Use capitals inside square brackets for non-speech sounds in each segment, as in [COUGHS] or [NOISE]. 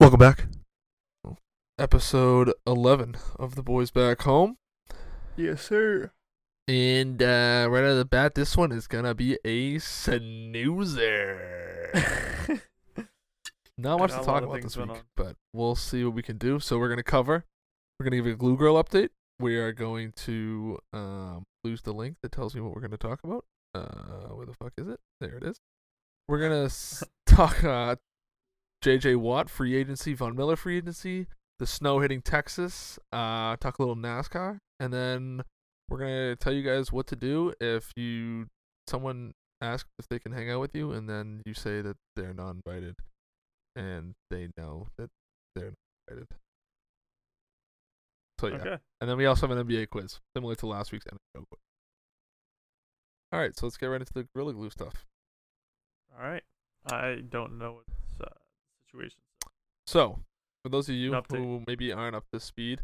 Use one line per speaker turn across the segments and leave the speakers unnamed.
Welcome back.
episode 11 of The Boys Back Home.
Yes, sir.
And uh, right out of the bat, this one is going to be a
[LAUGHS]
snoozer. Not much
got
to
a
talk
lot of
about
things
this
going
week,
on.
but we'll see what we can do. So we're going to cover, we're going to give a Glue Girl update. We are going to um, lose the link that tells me what we're going to talk about. Uh, where the fuck is it? There it is. We're going to [LAUGHS] talk uh, JJ Watt, free agency, Von Miller, free agency, the snow hitting Texas, uh, talk a little NASCAR, and then we're gonna tell you guys what to do if you someone asks if they can hang out with you, and then you say that they're not invited, and they know that they're not invited. So yeah,
Okay.
and then we also have an NBA quiz similar to last week's NBA quiz. All right, so let's get right into the Gorilla Glue stuff.
All right. I don't know what's uh, situation.
So, for those of you
An update.
who maybe aren't up to speed,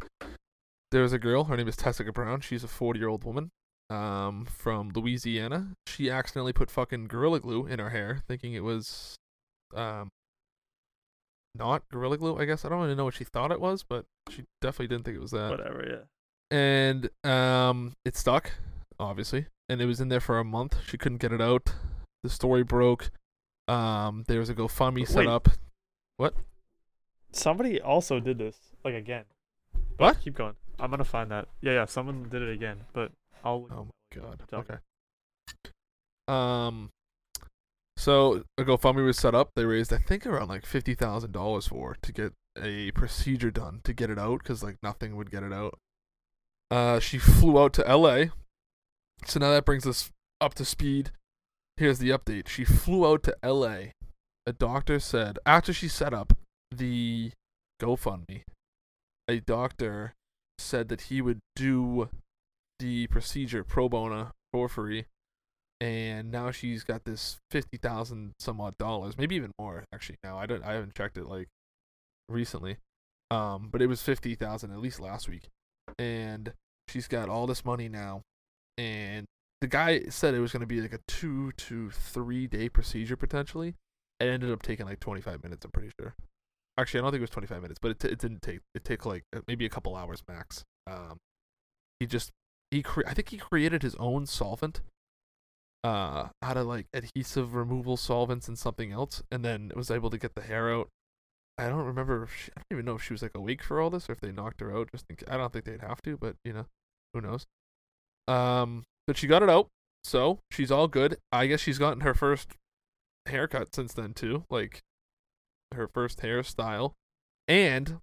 there's a girl. Her name is Tessica Brown. She's a 40 year old woman um, from Louisiana. She accidentally put fucking Gorilla Glue in her hair, thinking it was um, not Gorilla Glue, I guess. I don't even know what she thought it was, but she definitely didn't think it was that
Whatever. Yeah.
and um, it stuck, obviously, and it was in there for a month. She couldn't get it out. The story broke. Um, there was a GoFundMe set
Wait.
up.
Somebody also did this like again.
What?
Keep going. I'm gonna find that. Yeah, yeah. Someone did it again, but I'll. look
Oh my
into what
god.
you're talking
Okay. Um, so a GoFundMe was set up. They raised, I think, around like fifty thousand dollars for it to get a procedure done to get it out, because like nothing would get it out. Uh, she flew out to L.A. So now that brings us up to speed. Here's the update. She flew out to L.A. A doctor said after she set up the GoFundMe, a doctor said that he would do the procedure pro bono for free, and now she's got this fifty thousand some odd dollars, maybe even more actually. Now I don't, I haven't checked it like recently, um, but it was fifty thousand at least last week, and she's got all this money now, and the guy said it was going to be like a two to three day procedure potentially. It ended up taking like twenty five minutes, I'm pretty sure. Actually, I don't think it was twenty five minutes, but it, t- it didn't take. It took like uh, maybe a couple hours max. Um, he just he cre- I think he created his own solvent uh out of like adhesive removal solvents and something else and then was able to get the hair out. I don't remember if she, I don't even know if she was like awake for all this or if they knocked her out just in, ca- I don't think they'd have to, but you know, who knows. Um but she got it out. So, she's all good. I guess she's gotten her first haircut since then too, like her first hairstyle. And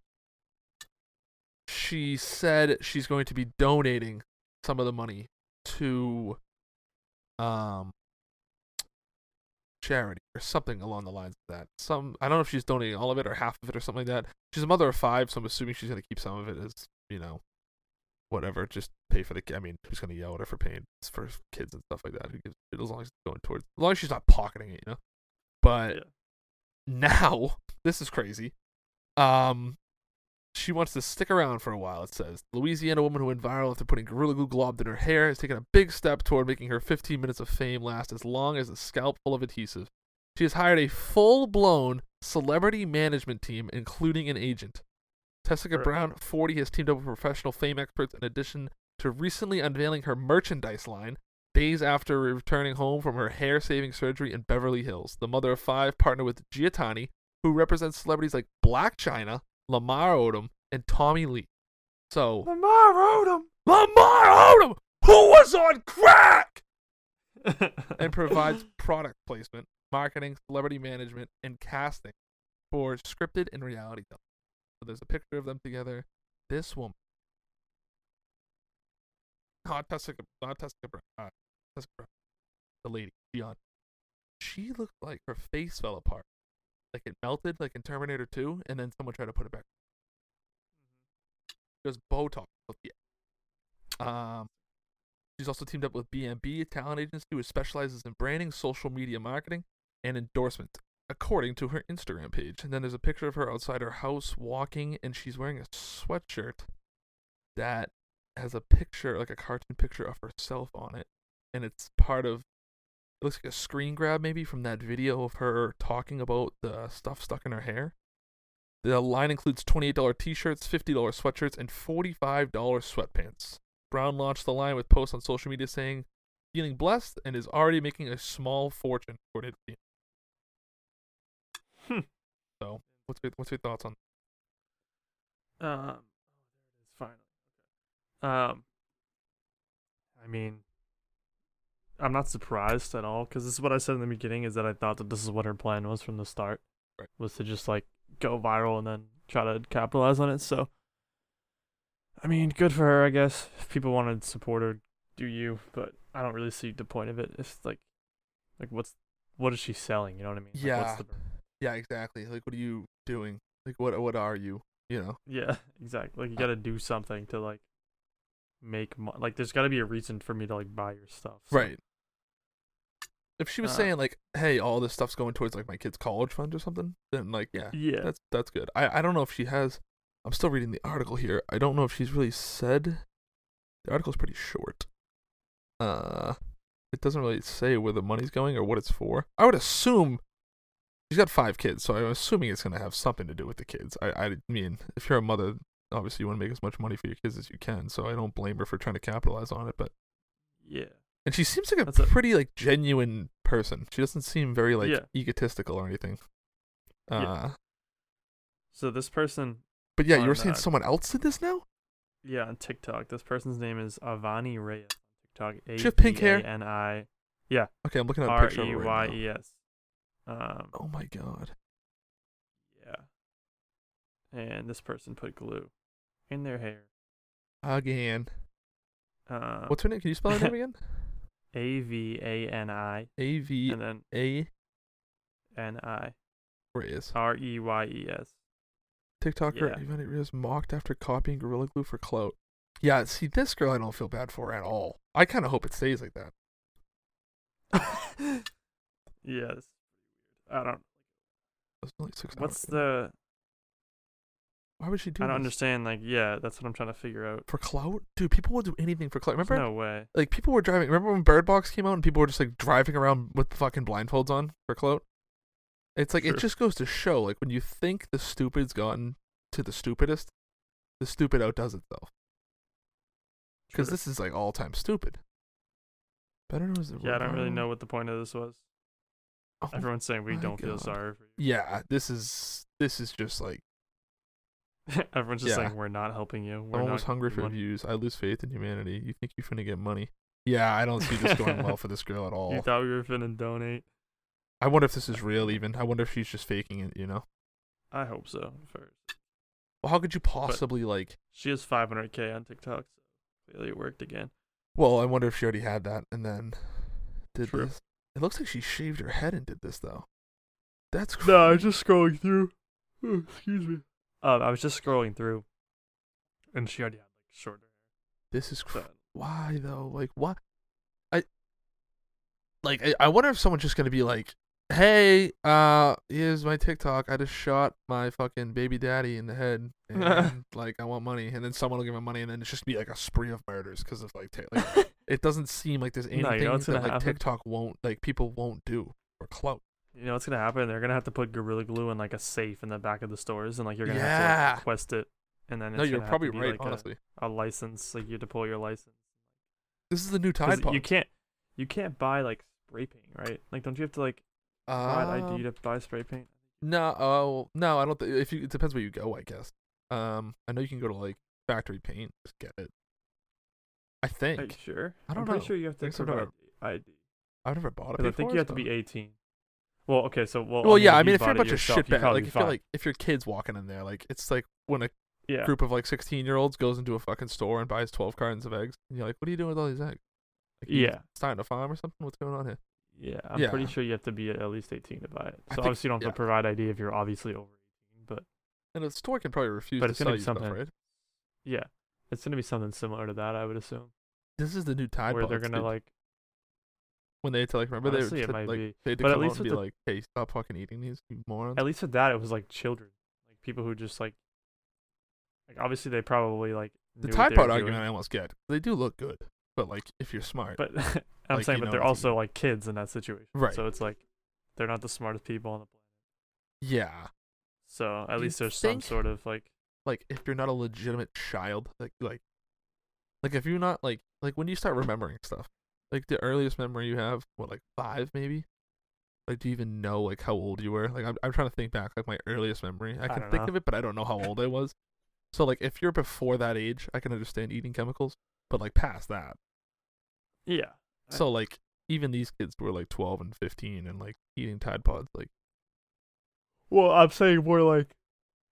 she said she's going to be donating some of the money to um charity or something along the lines of that. Some I don't know if she's donating all of it or half of it or something like that. She's a mother of five, so I'm assuming she's gonna keep some of it as, you know, whatever. Just pay for the ki- I mean, who's gonna yell at her for paying for kids and stuff like that? Who gives a shit? as long as it's going towards as long as she's not pocketing it, you know? But
Yeah.
now this is crazy. Um she wants to stick around for a while, it says. Louisiana woman who went viral after putting Gorilla Glue Glob in her hair has taken a big step toward making her 15 minutes of fame last as long as a scalp full of adhesive. She has hired a full blown celebrity management team, including an agent. Tessica
Right.
Brown, 40, has teamed up with professional fame experts in addition to recently unveiling her merchandise line days after returning home from her hair saving surgery in Beverly Hills. The mother of five partnered with Giatani, who represents celebrities like Black China, Lamar Odom, and Tommy Lee. So,
Lamar Odom.
Lamar Odom, who was on crack! and
[LAUGHS] and
provides product placement, marketing, celebrity management, and casting for scripted and reality television. So there's a picture of them together. This woman, not Tessica, not Tessica, Brown, uh, Tessica Brown, the lady, Dion. She looked like her face fell apart, like it melted, like in Terminator 2, and then someone tried to put it back. There's Botox. Yeah. Um, She's also teamed up with BMB, a talent agency which specializes in branding, social media marketing, and endorsements, according to her Instagram page. And then there's a picture of her outside her house walking, and she's wearing a sweatshirt that has a picture, like a cartoon picture of herself on it. And it's part of, it looks like a screen grab maybe from that video of her talking about the stuff stuck in her hair. The line includes $28 t shirts, $50 sweatshirts, and $45 sweatpants. Brown launched the line with posts on social media saying, feeling blessed and is already making a small fortune. according to him."
Hmm.
So, what's your, what's your thoughts on
Um, it's finally. Um, I mean, I'm not surprised at all because this is what I said in the beginning is that I thought that this is what her plan was from the start,
Right.
was to just like go viral and then try to capitalize on it. So, I mean, good for her, I guess. If people want to support her, do you? But I don't really see the point of it. It's like, like what's what is she selling? You know what I mean? Like,
Yeah.
what's the,
Yeah, exactly. Like, what are you doing? Like, what what are you? You know?
Yeah, [LAUGHS] exactly. Like you
Uh
got to do something to like make mo- like there's got to be a reason for me to like buy your stuff. so-
Right. If she was
Uh,
saying like, "Hey, all this stuff's going towards like my kid's college fund or something," then like, yeah,
Yeah.
that's that's good. I I don't know if she has. I'm still reading the article here. I don't know if she's really said. The article's pretty short. Uh, it doesn't really say where the money's going or what it's for. I would assume she's got five kids, so I'm assuming it's gonna have something to do with the kids. I I mean, if you're a mother, obviously you want to make as much money for your kids as you can. So I don't blame her for trying to capitalize on it, but
yeah.
and she seems like a
That's a-
pretty like genuine person. She doesn't seem very like
Yeah.
egotistical or anything. Uh,
Yeah. So this person,
but yeah, you
On
were saying
that-
someone else did this now.
yeah, on TikTok, this person's name is Avani Reyes. on TikTok.
She have pink hair?
And I
Okay, I'm looking at a
R
picture of
E
her right
Y
now.
E S. Um.
Oh my god.
Yeah. And this person put glue in their hair.
Again.
Um,
What's her name? Can you spell
[LAUGHS]
her name again?
A V A N I
A V
and then
A
N I
Reyes.
R E Y E S.
TikToker
yeah.
Yvonne Reyes mocked after copying Gorilla Glue for clout. Yeah, see, this girl I don't feel bad for at all. I kind of hope it stays like
[LAUGHS]
that.
yes. I don't.
That's only six hours.
What's the?
Why would she do
I don't
this?
understand. Like, yeah, that's what I'm trying to figure out.
For clout? Dude, people will do anything for clout.
There's
Remember
no way.
like people were driving. Remember when Bird Box came out and people were just like driving around with fucking blindfolds on for clout? It's like
Sure.
it just goes to show, like when you think the stupid's gotten to the stupidest, the stupid outdoes itself. Because
Sure.
this is like all time stupid. Better known as the
Yeah, I don't really
Romano-
know what the point of this was.
Oh,
Everyone's saying we
my
don't feel
God.
sorry for
yeah, this is this is just like
you. [LAUGHS] Everyone's just
Yeah.
saying we're not helping you. We're
I'm
not
almost hungry
giving
for
one-
views. I lose faith in humanity. You think you're finna get money? Yeah, I don't see this going
[LAUGHS]
well for this girl at
You
all.
thought we were finna donate?
I wonder if this is real. Even I wonder if she's just faking it. You know?
I hope so. First,
Well, how could you possibly like?
she has 500k on TikTok, so clearly it
[LAUGHS]
worked again.
Well, I wonder if she already had that and then did
True.
this. It looks like she shaved her head and did this though. That's cr-
No, I was just
[SIGHS]
scrolling through. Excuse me. Um, I was just scrolling through, and she already had like shorter
this is cr-
hair. So
why though. Like what? I like I, I wonder if someone's just gonna be like, "Hey, uh, here's my TikTok. I just shot my fucking baby daddy in the
[LAUGHS]
head, and like I want money." And then someone will give him money, and then it's just be like a spree of murders because of like, ta- like it doesn't seem like there's
you know
anything
what's
that
gonna
like
happen?
TikTok won't like people won't do or clout.
you know what's gonna happen? They're gonna have to put gorilla glue in like a safe in the back of the stores, and like you're gonna have
Yeah.
to like, request it, and then it's
No, you're
gonna have to
probably
be,
right.
like, a-
honestly,
a, license, like you have to pull your license.
this is the new
'Cause
Tide Pod.
you can't, you can't buy like spray paint, right? Like, don't you have to like provide
Um,
ID to buy spray paint?
No, oh no, I don't. Th- if you, it depends where you go, I guess. Um, I know you can go to like factory paint, just get it. I think
Are you sure?
I don't
am pretty
know.
sure you have to
Think so, but-
provide ID.
I've never bought
'Cause
it.
I think
before,
you have to
so-
be 18. Well, okay, so well.
Well,
I mean,
yeah, I
you
mean, if you're a
bought it
bunch of
yourself,
shitbag, like
you'd probably be
if you're
fine.
like if your kids walking in there, like it's like when a
yeah,
group of like 16 year olds goes into a fucking store and buys 12 cartons of eggs, and you're like, what are you doing with all these eggs? Like, you
yeah,
starting a farm or something? What's going on here?
yeah. I'm pretty
Yeah.
sure you have to be at least 18 to buy
I
it. So
think-
obviously, you don't have
yeah.
to provide ID if you're obviously over 18, but.
And the store can probably refuse
But
to
it's gonna
sell
be
you stuff,
something.
right?
Yeah, it's gonna be something similar to that, I would assume,
This is the new tide.
where they're
Pods,
gonna
dude.
like.
when they had to like remember
Honestly,
they
it
were
might
like
be.
they had to
But at
come
least
out and be
with the-
like, hey, stop fucking eating these, you morons.
At least with that, it was like children, like people who just like. Like obviously, they probably like.
The
knew what
Tide
they were
Pod argument
doing,
I almost get. They do look good, but like if you're smart,
But [LAUGHS] I'm
like,
saying,
you
but
know
they're
what to
also like kids in that situation,
Right.
So it's like, they're not the smartest people on the planet.
yeah,
So at
Do you
least there's some
think-
sort of like
Like if you're not a legitimate child, like like like if you're not like like when do you start remembering stuff? Like the earliest memory you have, what like five maybe? Like do you even know like how old you were? Like I'm I'm trying to think back like my earliest memory. I can
don't
think
know.
of it, but I don't know how old I was. So like if you're before that age, I can understand eating chemicals, but like past that,
yeah. I-
So like even these kids were like twelve and fifteen and like eating Tide Pods. Like
Well, I'm saying more like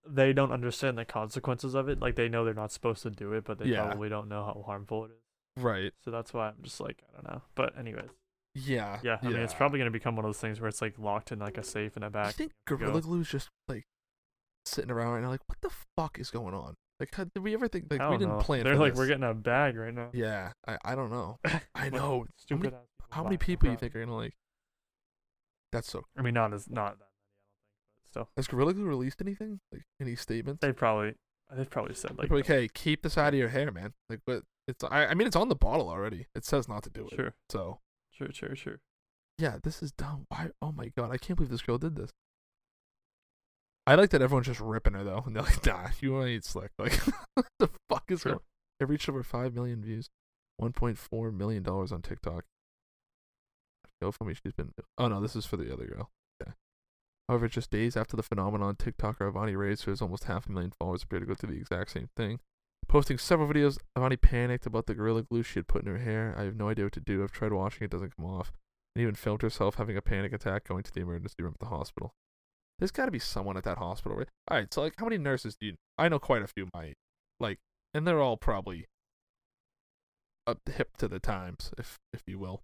they don't understand the consequences of it. Like they know they're not supposed to do it, but they
Yeah.
probably don't know how harmful it is.
right.
So that's why I'm just like I don't know. But anyways,
Yeah.
yeah. I mean, it's probably gonna become one of those things where it's like locked in like a safe in a
I
back.
think
go.
Gorilla Glue's just like sitting around right now. Like what the fuck is going on? Like how, did we ever think like
I
we
don't
didn't
know.
plan?
They're
for
like
this.
we're getting a bag right now.
Yeah. I I don't know.
[LAUGHS]
I
Like,
know.
Stupid. ass
How
buy
many
it, no
people you
problem.
think are gonna like? That's so.
I mean, not as not that many. I don't think, but still,
Has Gorilla Glue released anything? Like any statements?
they probably they've probably said like
Like, okay, keep this out of your hair, man. Like what? It's I, I mean it's on the bottle already. It says not to do it.
sure,
So
sure, sure, sure.
yeah, this is dumb. Why? Oh my god, I can't believe this girl did this. I like that everyone's just ripping her though. [LAUGHS] And they're like, nah, you want to eat slick? [LAUGHS] Like, what the fuck is
Sure.
going? It reached over five million views, one point four million dollars on TikTok. GoFundMe. She's been. Oh no, this is for the other girl. Okay. However, just days after the phenomenon, TikToker Avani Reyes, who has almost half a million followers, appeared to go through the exact same thing. Posting several videos, Avani panicked about the gorilla glue she had put in her hair. I have no idea what to do. I've tried washing it, doesn't come off and even filmed herself having a panic attack going to the emergency room at the hospital. There's got to be someone at that hospital, right? All right, so like, how many nurses do you? I know quite a few, my like, and they're all probably up hip to the times, if if you will.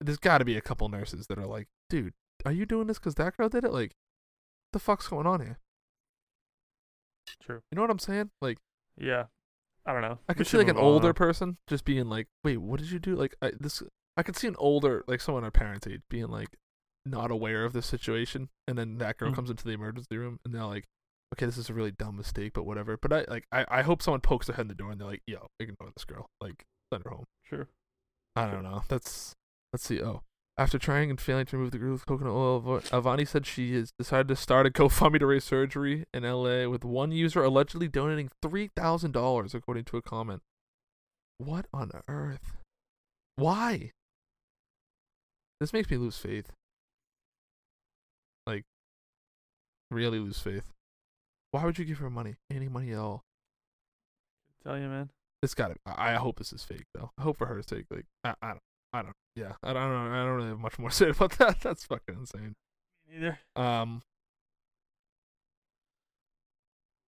There's got to be a couple nurses that are like, dude, are you doing this because that girl did it? Like, the fuck's going on here?
True.
You know what I'm saying? Like,
Yeah, I don't know.
I
We
could see
should
like an
move on.
older person just being like, "Wait, what did you do?" Like I, this, I could see an older, like someone our parents' age, being like, not aware of the situation, and then that girl
Mhm.
comes into the emergency room, and they're like, "Okay, this is a really dumb mistake, but whatever." But I like, I, I hope someone pokes their head in the door, and they're like, "Yo, ignore this girl. Like, send her home."
Sure.
I don't know. That's let's see. Oh, after trying and failing to remove the glue with coconut oil, Avo- Avani said she has decided to start a GoFundMe to raise surgery in L.A. with one user allegedly donating three thousand dollars, according to a comment. What on earth? Why? This makes me lose faith. Like, really lose faith. Why would you give her money? Any money at all?
Tell you, man.
It's got to. I I hope this is fake though. I hope for her sake. Like I, I don't. I don't. Yeah. I don't. know. I don't really have much more to [LAUGHS] say about that. That's fucking insane.
Either.
Um.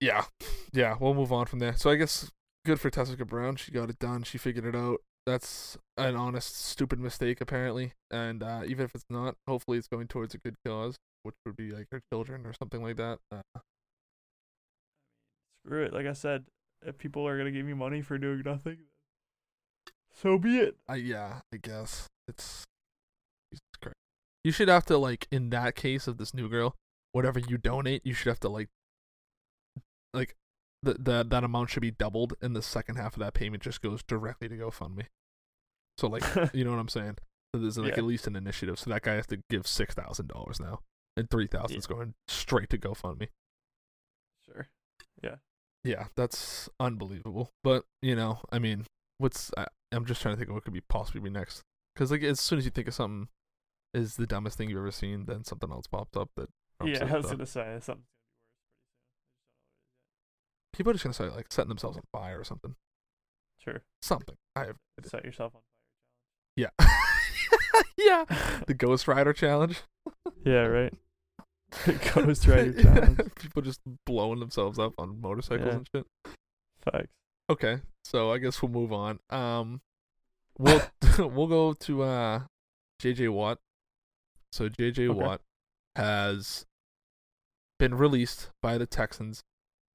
Yeah. Yeah. We'll move on from there. So I guess good for Tessica Brown. She got it done. She figured it out. That's an honest, stupid mistake apparently. And uh, even if it's not, hopefully it's going towards a good cause, which would be like her children or something like that. Uh,
Screw it. Like I said, if people are gonna give me money for doing nothing, so be it.
I yeah, I guess it's Jesus Christ. You should have to like in that case of this new girl, whatever you donate, you should have to like like the the that amount should be doubled and the second half of that payment just goes directly to GoFundMe. So like you know what I'm saying? So there's like
Yeah.
at least an initiative. So that guy has to give six thousand dollars now. And three thousand
Yeah.
is going straight to GoFundMe.
[LAUGHS] sure.
Yeah, that's unbelievable. But you know, I mean, what's I, I'm just trying to think of what could be possibly be next. Because like as soon as you think of something is the dumbest thing you've ever seen, then something else pops up that trumps
yeah,
it,
I was
so.
gonna say something.
people are just gonna start like setting themselves on fire or something.
Sure.
Something. I have
Set yourself [LAUGHS] on
yeah. [LAUGHS] yeah. The Ghost Rider challenge.
fire.
[LAUGHS]
Yeah. Right. Ghost [LAUGHS] Rider
Yeah,
challenge.
People just blowing themselves up on motorcycles
Yeah.
and shit.
Facts.
Okay, so I guess we'll move on. Um,
[LAUGHS]
we'll [LAUGHS] we'll go to uh, JJ Watt. So JJ
Okay.
Watt has been released by the Texans.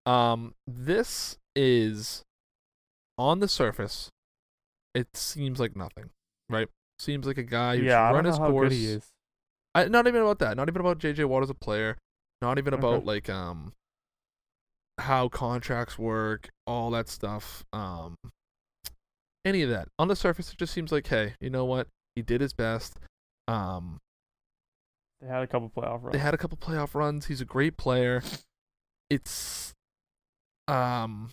Um, this is on the surface, it seems like nothing, right? Seems like a guy who's
yeah. I
run
don't know
his
how
course.
good he is.
I, not even about that. Not even about JJ Watt as a player. Not even
Okay.
about like um how contracts work, all that stuff. Um, any of that. On the surface, it just seems like, hey, you know what? He did his best. Um,
They had a couple playoff runs.
they had a couple playoff runs. He's a great player. it's um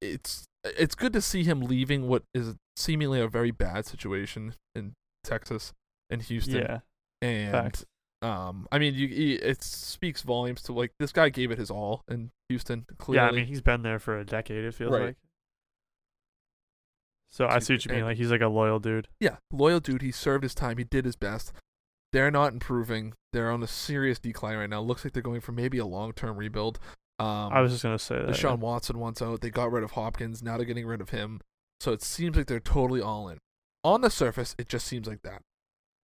it's it's good to see him leaving what is seemingly a very bad situation in Texas and Houston
Yeah.
and
Facts.
um I mean you you- it speaks volumes to like this guy gave it his all in Houston clearly
Yeah, I mean, he's been there for a decade, it feels
Right.
like. So I
Excuse
see
me,
what you mean.
and-
Like, he's like a loyal dude.
yeah, loyal dude. He served his time. He did his best. They're not improving. They're on a serious decline right now. Looks like they're going for maybe a long term rebuild. Um,
I was just going to say that. yeah.
Deshaun Watson wants out. They got rid of Hopkins. Now they're getting rid of him. So it seems like they're totally all in. On the surface, it just seems like that.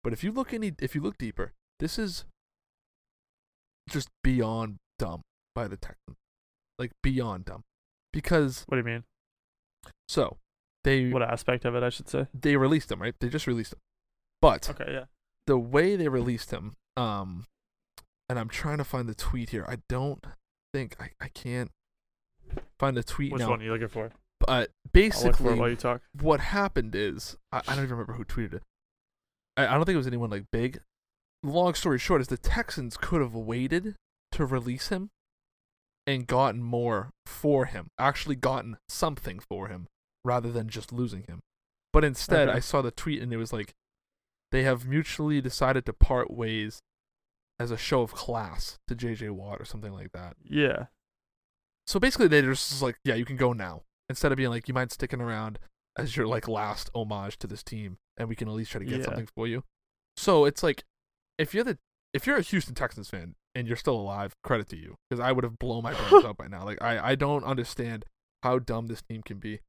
But if you look any, if you look deeper, this is just beyond dumb by the Texans. Like beyond dumb, because
What do you mean?
so they
What aspect of it, I should say?
they released him right. They just released him, but
Okay, yeah.
the way they released him, um, and I'm trying to find the tweet here. I don't think I, I can't find the tweet
Which
now.
one are you looking for?
But
I'll look for it while
basically,
you talk.
what happened is I, I don't even remember who tweeted it. I, I don't think it was anyone like big. Long story short is the Texans could have waited to release him and gotten more for him. Actually gotten something for him rather than just losing him. But instead
Okay.
I saw the tweet and it was like they have mutually decided to part ways as a show of class to JJ Watt or something like that.
Yeah.
So basically, they're just like, yeah, you can go now. Instead of being like, you mind sticking around as your like last homage to this team, and we can at least try to get
Yeah.
something for you. So it's like, if you're the if you're a Houston Texans fan and you're still alive, credit to you because I would have blown my
[LAUGHS]
brains out by now. Like I I don't understand how dumb this team can be.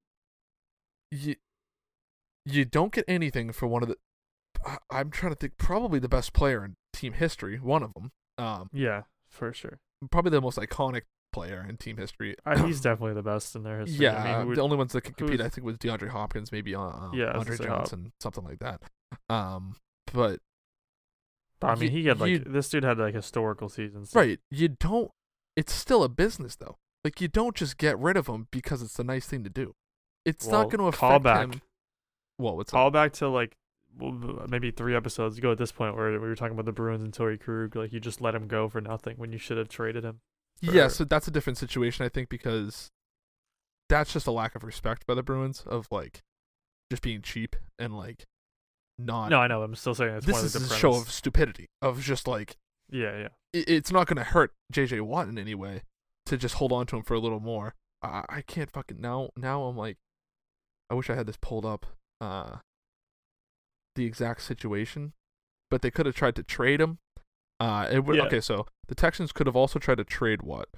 You you don't get anything for one of the. I- I'm trying to think. Probably the best player in team history, one of them. Um,
Yeah, for sure.
probably the most iconic player in team history.
Uh,
[COUGHS] [CLEARS THROAT]
he's definitely the best in their history.
Yeah,
I mean, who would-
the only ones that could
who
compete,
is-
I think, was DeAndre Hopkins, maybe uh, um,
Yeah, I was
Andre
gonna say Hop.
Johnson, something like that. Um, but
I mean,
you-
he had like
you-
this dude had like historical seasons. so-
right, you don't. It's still a business, though. Like you don't just get rid of him because it's the nice thing to do. It's
Well,
not going to affect
call back.
him. Well, what's up?
All back to like well, b- maybe three episodes ago at this point where we were talking about the Bruins and Tori Krug. Like you just let him go for nothing when you should have traded him.
Yeah,
for-
so that's a different situation, I think, because that's just a lack of respect by the Bruins of like just being cheap and like not.
No, I know. I'm still saying it's
this
one of
is
the
a
different.
show of stupidity of just like
yeah, yeah.
it- it's not going to hurt JJ Watt in any way to just hold on to him for a little more. I, I can't fucking now. Now I'm like, I wish I had this pulled up, uh, the exact situation, but they could have tried to trade him. Uh, it would
Yeah.
okay. So the Texans could have also tried to trade Watt.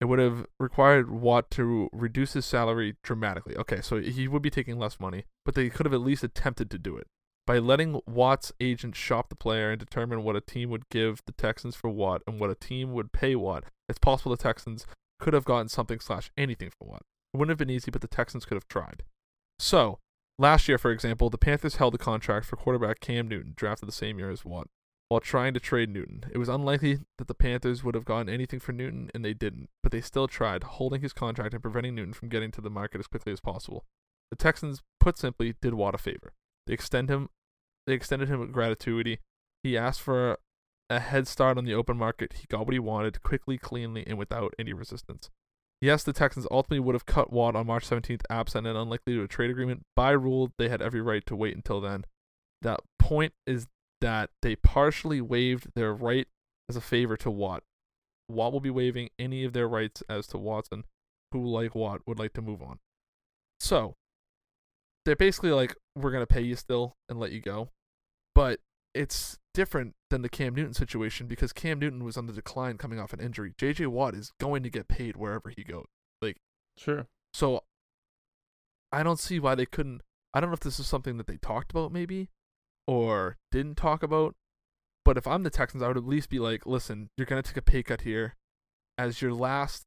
It would have required Watt to reduce his salary dramatically. Okay, so he would be taking less money, but they could have at least attempted to do it by letting Watt's agent shop the player and determine what a team would give the Texans for Watt and what a team would pay Watt. It's possible the Texans could have gotten something slash anything for Watt. It wouldn't have been easy, but the Texans could have tried. So last year, for example, the Panthers held a contract for quarterback Cam Newton, drafted the same year as Watt, while trying to trade Newton. It was unlikely that the Panthers would have gotten anything for Newton, and they didn't. But they still tried, holding his contract and preventing Newton from getting to the market as quickly as possible. The Texans, put simply, did Watt a favor. They extend him they extended him a gratuity. He asked for a head start on the open market. He got what he wanted quickly, cleanly, and without any resistance. Yes, the Texans ultimately would have cut Watt on March 17th, absent and unlikely to a trade agreement. By rule, they had every right to wait until then. That point is that they partially waived their right as a favor to Watt. Watt will be waiving any of their rights as to Watson, who, like Watt, would like to move on. So, they're basically like, we're going to pay you still and let you go. But it's different than the Cam Newton situation because Cam Newton was on the decline coming off an injury. JJ Watt is going to get paid wherever he goes.
Sure.
So I don't see why they couldn't. I don't know if this is something that they talked about maybe or didn't talk about. But if I'm the Texans, I would at least be like, listen, you're going to take a pay cut here as your last.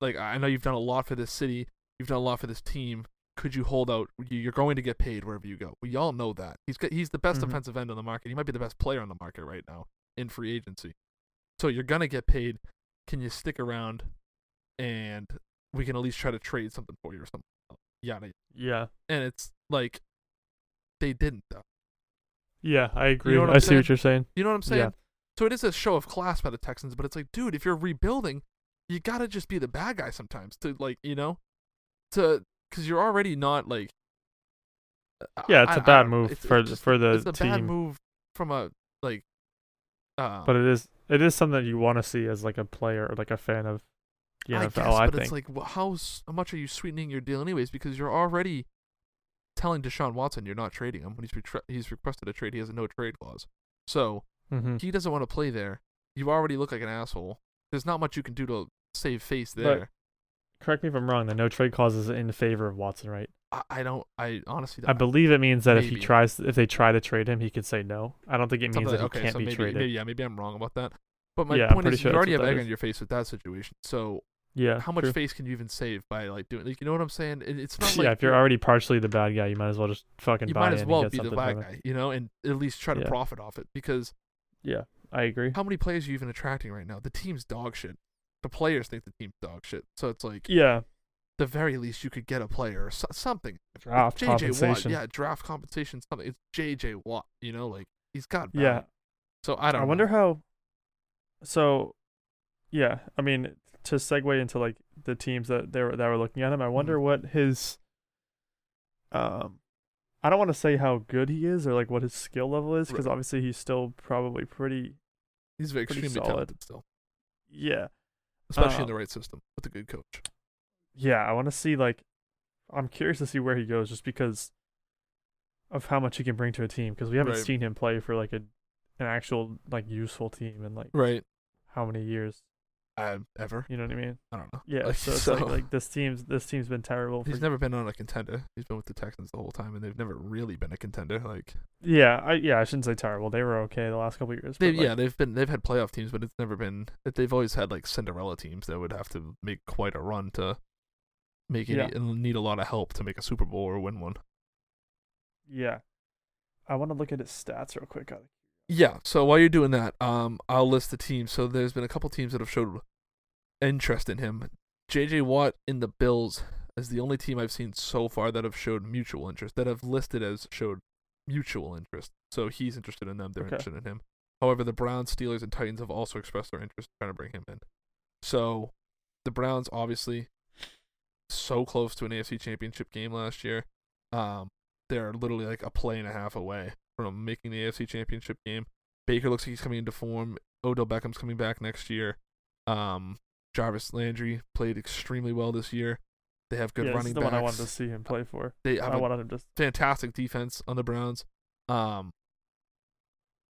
Like, I know you've done a lot for this city, you've done a lot for this team. Could you hold out? You- You're going to get paid wherever you go. We all know that. He's got, he's the best
Mhm.
defensive end on the market. He might be the best player on the market right now in free agency. So you're going to get paid. Can you stick around and we can at least try to trade something for you or something. Yada.
Yeah.
And it's like they didn't though.
Yeah, I agree.
what I'm
I see
saying?
what you're saying.
You know what I'm saying?
Yeah.
So it is a show of class by the Texans, but it's like, dude, if you're rebuilding, you gotta just be the bad guy sometimes to like you know to because you're already not like I-
Yeah, it's
I- I
a bad
don't-
move
it's-
for
it's just-
for the
it's a
team,
bad move from a like uh
but it is it is something you want to see as like a player or like a fan of the
I
NFL.
guess,
I
but
think
it's like wh- how s- how much are you sweetening your deal anyways? Because you're already telling Deshaun Watson you're not trading him when he's retra- he's requested a trade. He has a no trade clause, so
Mhm.
he doesn't want to play there. You already look like an asshole. There's not much you can do to save face
But-
there.
correct me if I'm wrong. The no trade clause is in favor of Watson, right?
I, I don't. I honestly.
I
Don't,
believe it means that if he
maybe.
tries, if they try to trade him, he could say no. I don't think it means
something
that he
like- okay,
can't
so
be
maybe,
traded.
maybe yeah, maybe I'm wrong about that. But my
Yeah, I'm
point
pretty
is,
sure
you
that's
already
what
have
that
egg
is.
on your face with that situation. So
yeah.
how much
true.
face can you even save by like doing? Like, you know what I'm saying? And it's not like
[LAUGHS] yeah, if you're already partially the bad guy, you might as well just fucking
you
buy
might
in
as well
and
be
get
the
something
black
from it.
guy, you know, and at least try to
Yeah.
profit off it because
Yeah, I agree.
how many players are you even attracting right now? The team's dog shit. The players think the team's dog shit. So it's like
Yeah,
the very least you could get a player or so- something. Like
Draft
Watt,
compensation.
yeah, draft compensation. Something. It's JJ Watt. You know, like he's got. Value.
yeah.
So I don't.
I wonder
know.
how. So, yeah, I mean, to segue into like the teams that they were that were looking at him, I
Mm-hmm.
wonder what his. Um, I don't want to say how good he is or like what his skill level is because
Right.
obviously he's still probably pretty.
he's very
pretty
extremely
solid.
talented still,
Yeah,
especially in
Uh,
the right system with a good coach.
yeah, I want to see like, I'm curious to see where he goes just because. Of how much he can bring to a team because we haven't
Right.
seen him play for like a, an actual like useful team in like
Right.
how many years?
Uh, ever.
You know what I mean?
I don't know.
Yeah.
Like, [LAUGHS]
so it's like, like this team's this team's been terrible. For,
he's never been on a contender. He's been with the Texans the whole time, and they've never really been a contender. Like
yeah, I yeah I shouldn't say terrible. They were okay the last couple years.
They,
but, like,
yeah, they've been they've had playoff teams, but it's never been. it- They've always had like Cinderella teams that would have to make quite a run to make it
Yeah.
and need a lot of help to make a Super Bowl or win one.
yeah. I want to look at his stats real quick. I-
Yeah. So while you're doing that, um, I'll list the teams. So there's been a couple teams that have showed interest in him. J.J. Watt in the Bills is the only team I've seen so far that have showed mutual interest, that have listed as showed mutual interest. So he's interested in them. They're
Okay.
interested in him. However, the Browns, Steelers, and Titans have also expressed their interest in trying to bring him in. So the Browns, obviously, so close to an AFC championship game last year. Um, they're literally like a play and a half away from making the AFC championship game. Baker looks like he's coming into form. Odell Beckham's coming back next year. Um, Jarvis Landry played extremely well this year. They have good
yeah, this
running
is the
backs.
one I wanted to see him play for.
They have
I
a
wanted him just
fantastic defense on the Browns. Um,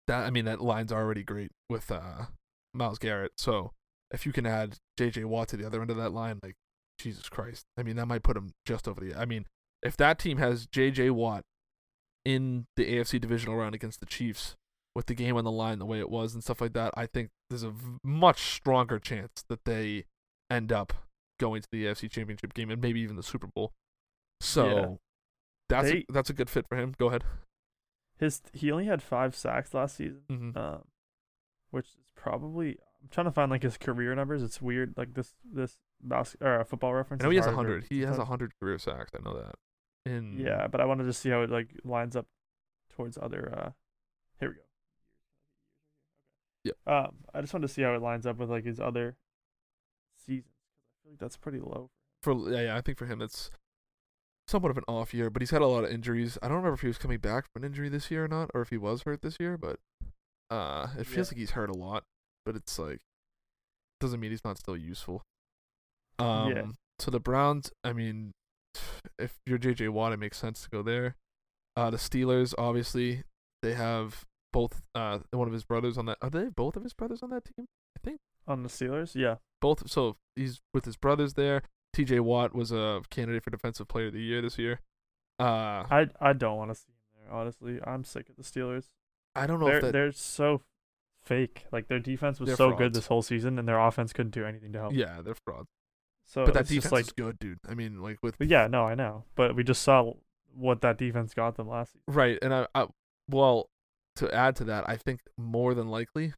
that I mean that line's already great with uh Miles Garrett. So if you can add J.J. Watt to the other end of that line, like Jesus Christ, I mean that might put him just over the. I mean if that team has J.J. Watt in the AFC divisional round against the Chiefs with the game on the line the way it was and stuff like that, I think there's a v- much stronger chance that they end up going to the AFC Championship game and maybe even the Super Bowl. So that's
They-
a, that's a good fit for him. Go ahead.
his. He only had five sacks last season.
hmm
um, which is probably I'm trying to find like his career numbers. It's weird, like this this bas- or uh, football reference.
I know
is
he has
hard to-
hundred. He has
sometimes.
hundred career sacks. I know that. In
Yeah, but I wanted to see how it like lines up towards other. uh Here we go.
Yep.
Um, I just wanted to see how it lines up with like his other seasons. I feel like that's pretty low.
for yeah, yeah, I think for him it's somewhat of an off year, but he's had a lot of injuries. I don't remember if he was coming back from an injury this year or not, or if he was hurt this year. But uh, it feels
Yeah.
like he's hurt a lot. But it's like doesn't mean he's not still useful. Um,
Yeah.
So the Browns, I mean, if you're JJ Watt, it makes sense to go there. Uh, the Steelers, obviously, they have both uh one of his brothers on that. Are they both of his brothers on that team?
On the Steelers, yeah,
both so he's with his brothers there. TJ Watt was a candidate for defensive player of the year this year. Uh
I I don't want to see him there. Honestly, I'm sick of the Steelers.
I don't know
They're
if that
they're so fake. Like their defense was
They're
so good
frauds.
this whole season, and their offense couldn't do anything to help.
yeah, they're frauds.
So
But that
it's
defense
just like
is good, dude. I mean, like with
But yeah, no, I know. But we just saw what that defense got them last season.
right, and I, I well, to add to that, I think more than likely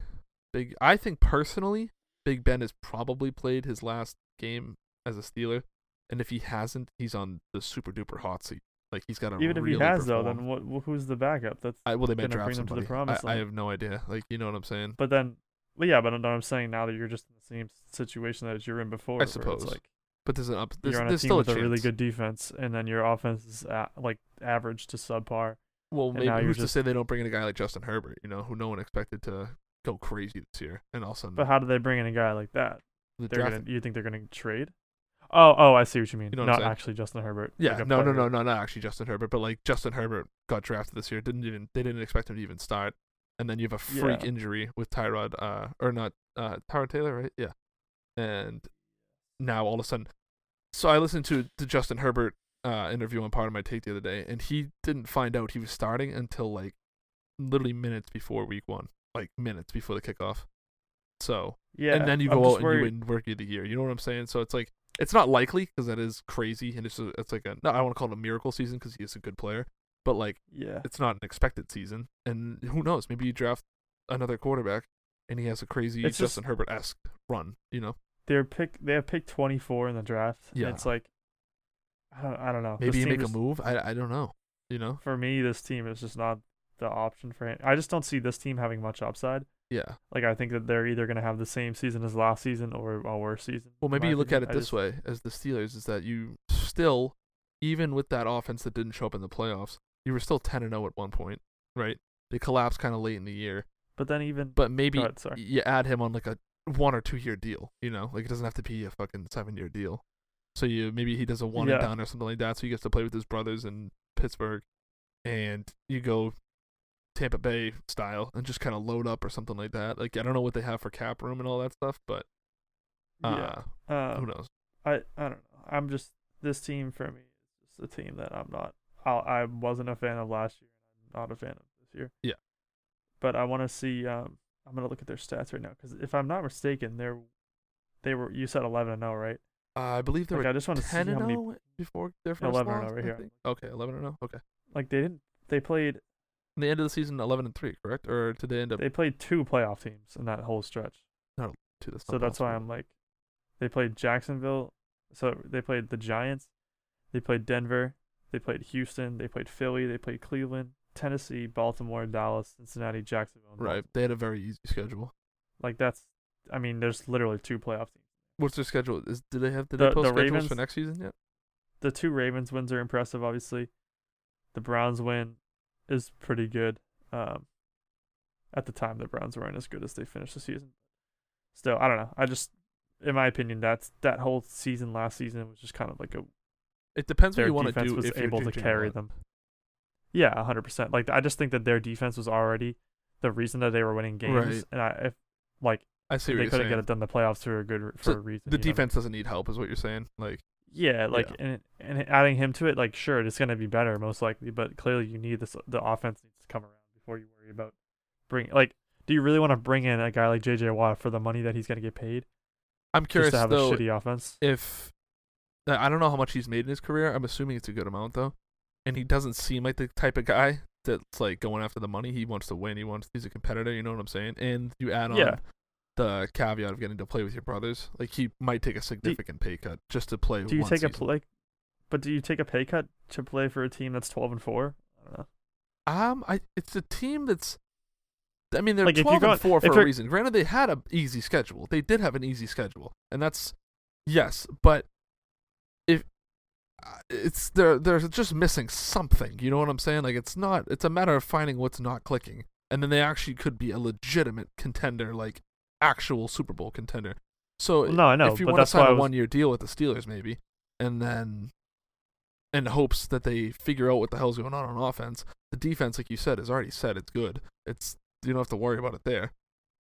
Big I think personally Big Ben has probably played his last game as a Steeler, and if he hasn't, he's on the super duper hot seat. Like he's got to
Even if
really
he has though,
perform.
then what? wh- Who's the backup? That's
I, well they might
gonna
draft
bring them to the
somebody.
promised
I, I
land.
have no idea. Like you know what I'm saying?
but then Well, yeah, but I know what I'm saying now that you're just in the same situation that you were in before. where it's
suppose.
like
But there's an up. There's,
you're on a
there's
team
still
with
a,
a, really
chance.
good defense, and then your offense is a like average to subpar.
Mm. Well,
and
maybe
now you're
who's to
just-
say they don't bring in a guy like Justin Herbert? You know, who no one expected to go crazy this year, and all of a sudden
But how do they bring in a guy like that?
the
They're
draft.
gonna, you think they're gonna trade? Oh, oh, I see what you mean.
You know what I'm
Not
saying?
actually Justin Herbert.
yeah,
like a
no, no, no,
player.
no, not actually Justin Herbert, but like Justin Herbert got drafted this year. Didn't even they didn't expect him to even start, and then you have a freak
Yeah.
injury with Tyrod, uh, or not uh, Tyrod Taylor, right? Yeah, and now all of a sudden, so I listened to the Justin Herbert uh, interview on part of my take the other day, and he didn't find out he was starting until like literally minutes before week one, like minutes before the kickoff. So
Yeah,
and then you
I'm
go
just
out
worried-
and you win rookie of the year. You know what I'm saying? So it's like it's not likely because that is crazy, and it's a, it's like a no, I want to call it a miracle season because he is a good player, but like
Yeah,
it's not an expected season, and who knows? Maybe you draft another quarterback and he has a crazy
It's just-
Justin Herbert esque run. You know,
they're pick. They have picked 24 in the draft. and
Yeah.
it's like I don't, I don't know.
maybe
This
you
team
make a
just-
move. I I don't know. You know,
For me, this team is just not the option for him. I just don't see this team having much upside.
yeah.
Like I think that they're either gonna have the same season as last season or a worse season.
Well,
in
maybe
my
you look at
opinion.
it
I
this
just-
way as the Steelers is that you still, even with that offense that didn't show up in the playoffs, you were still ten and zero at one point, right? They collapsed kind of late in the year.
But then even
but maybe
Go ahead, sorry.
you add him on like a one or two year deal. You know, like it doesn't have to be a fucking seven year deal. So you maybe he does a one
Yeah.
and done or something like that. So he gets to play with his brothers in Pittsburgh, and you go Tampa Bay style and just kind of load up or something like that. Like I don't know what they have for cap room and all that stuff, but uh,
yeah. Um,
who knows?
I I don't know. I'm just this team for me is just a team that I'm not. I I wasn't a fan of last year. I'm not a fan of this year.
Yeah.
But I want to see. Um, I'm gonna look at their stats right now because if I'm not mistaken, they're they were you said 11 and 0, right?
I believe there
Like
were
I just want to see how
ten and oh?
many.
zero before their first
11 and
loss,
0
I
here.
think. Okay, eleven and zero. Okay,
Like they didn't. They played.
and the end of the season eleven and three, correct? Or did they end up
They played two playoff teams in that whole stretch.
to this?
So that's why I'm like, they played Jacksonville. So they played the Giants. They played Denver. They played Houston. They played Philly. They played Cleveland, Tennessee, Baltimore, Dallas, Cincinnati, Jacksonville. and
right.
Baltimore.
They had a very easy schedule.
Like that's, I mean, there's literally two playoff teams.
What's their schedule? Is do they have did
The-
they post
the
schedules for
Ravens-
next season yet?
The two Ravens wins are impressive, obviously. The Browns win is pretty good. Um, at the time, the Browns weren't as good as they finished the season. Still, I don't know. I just, in my opinion, that's that whole season last season was just kind of like a
It depends what
their
you want to
defense
do.
was
if you're
able to
JJ
carry
Watt.
them. Yeah, hundred percent. Like I just think that their defense was already the reason that they were winning games,
Right.
and I if like
I see what
they
you're
couldn't
saying.
get it done in the playoffs for a good r- for
So
a reason.
the
you know?
defense doesn't need help, is what you're saying. Like
yeah, like
yeah.
and and adding him to it, like sure, it's gonna be better most likely, but clearly you need this. The offense needs to come around before you worry about bring like. Do you really want to bring in a guy like J.J. Watt for the money that he's gonna get paid
I'm curious
just to have
though
a shitty offense?
if I I don't know how much he's made in his career. I'm assuming it's a good amount though, and he doesn't seem like the type of guy that's like going after the money. He wants to win. He wants. He's a competitor. You know what I'm saying? And you add on
Yeah.
the caveat of getting to play with your brothers. Like he might take a significant pay cut just to play.
Do you
one
take a
season.
pl- like? But do you take a pay cut to play for a team that's twelve and four? I don't know.
Um, I it's a team that's. I mean, they're
Like, if you
twelve
go-
and four
if
for a
you're-
reason. Granted, they had an easy schedule. They did have an easy schedule, and that's yes, but if uh, it's they're they're just missing something. You know what I'm saying? Like it's not. It's a matter of finding what's not clicking, and then they actually could be a legitimate contender, like actual Super Bowl contender. So
Well, no, I know,
if you
but
want to
that's why
sign
I
a
was-
one-year deal with the Steelers, maybe, and then in hopes that they figure out what the hell's going on on offense. The defense, like you said, is already set. It's good. It's you don't have to worry about it there.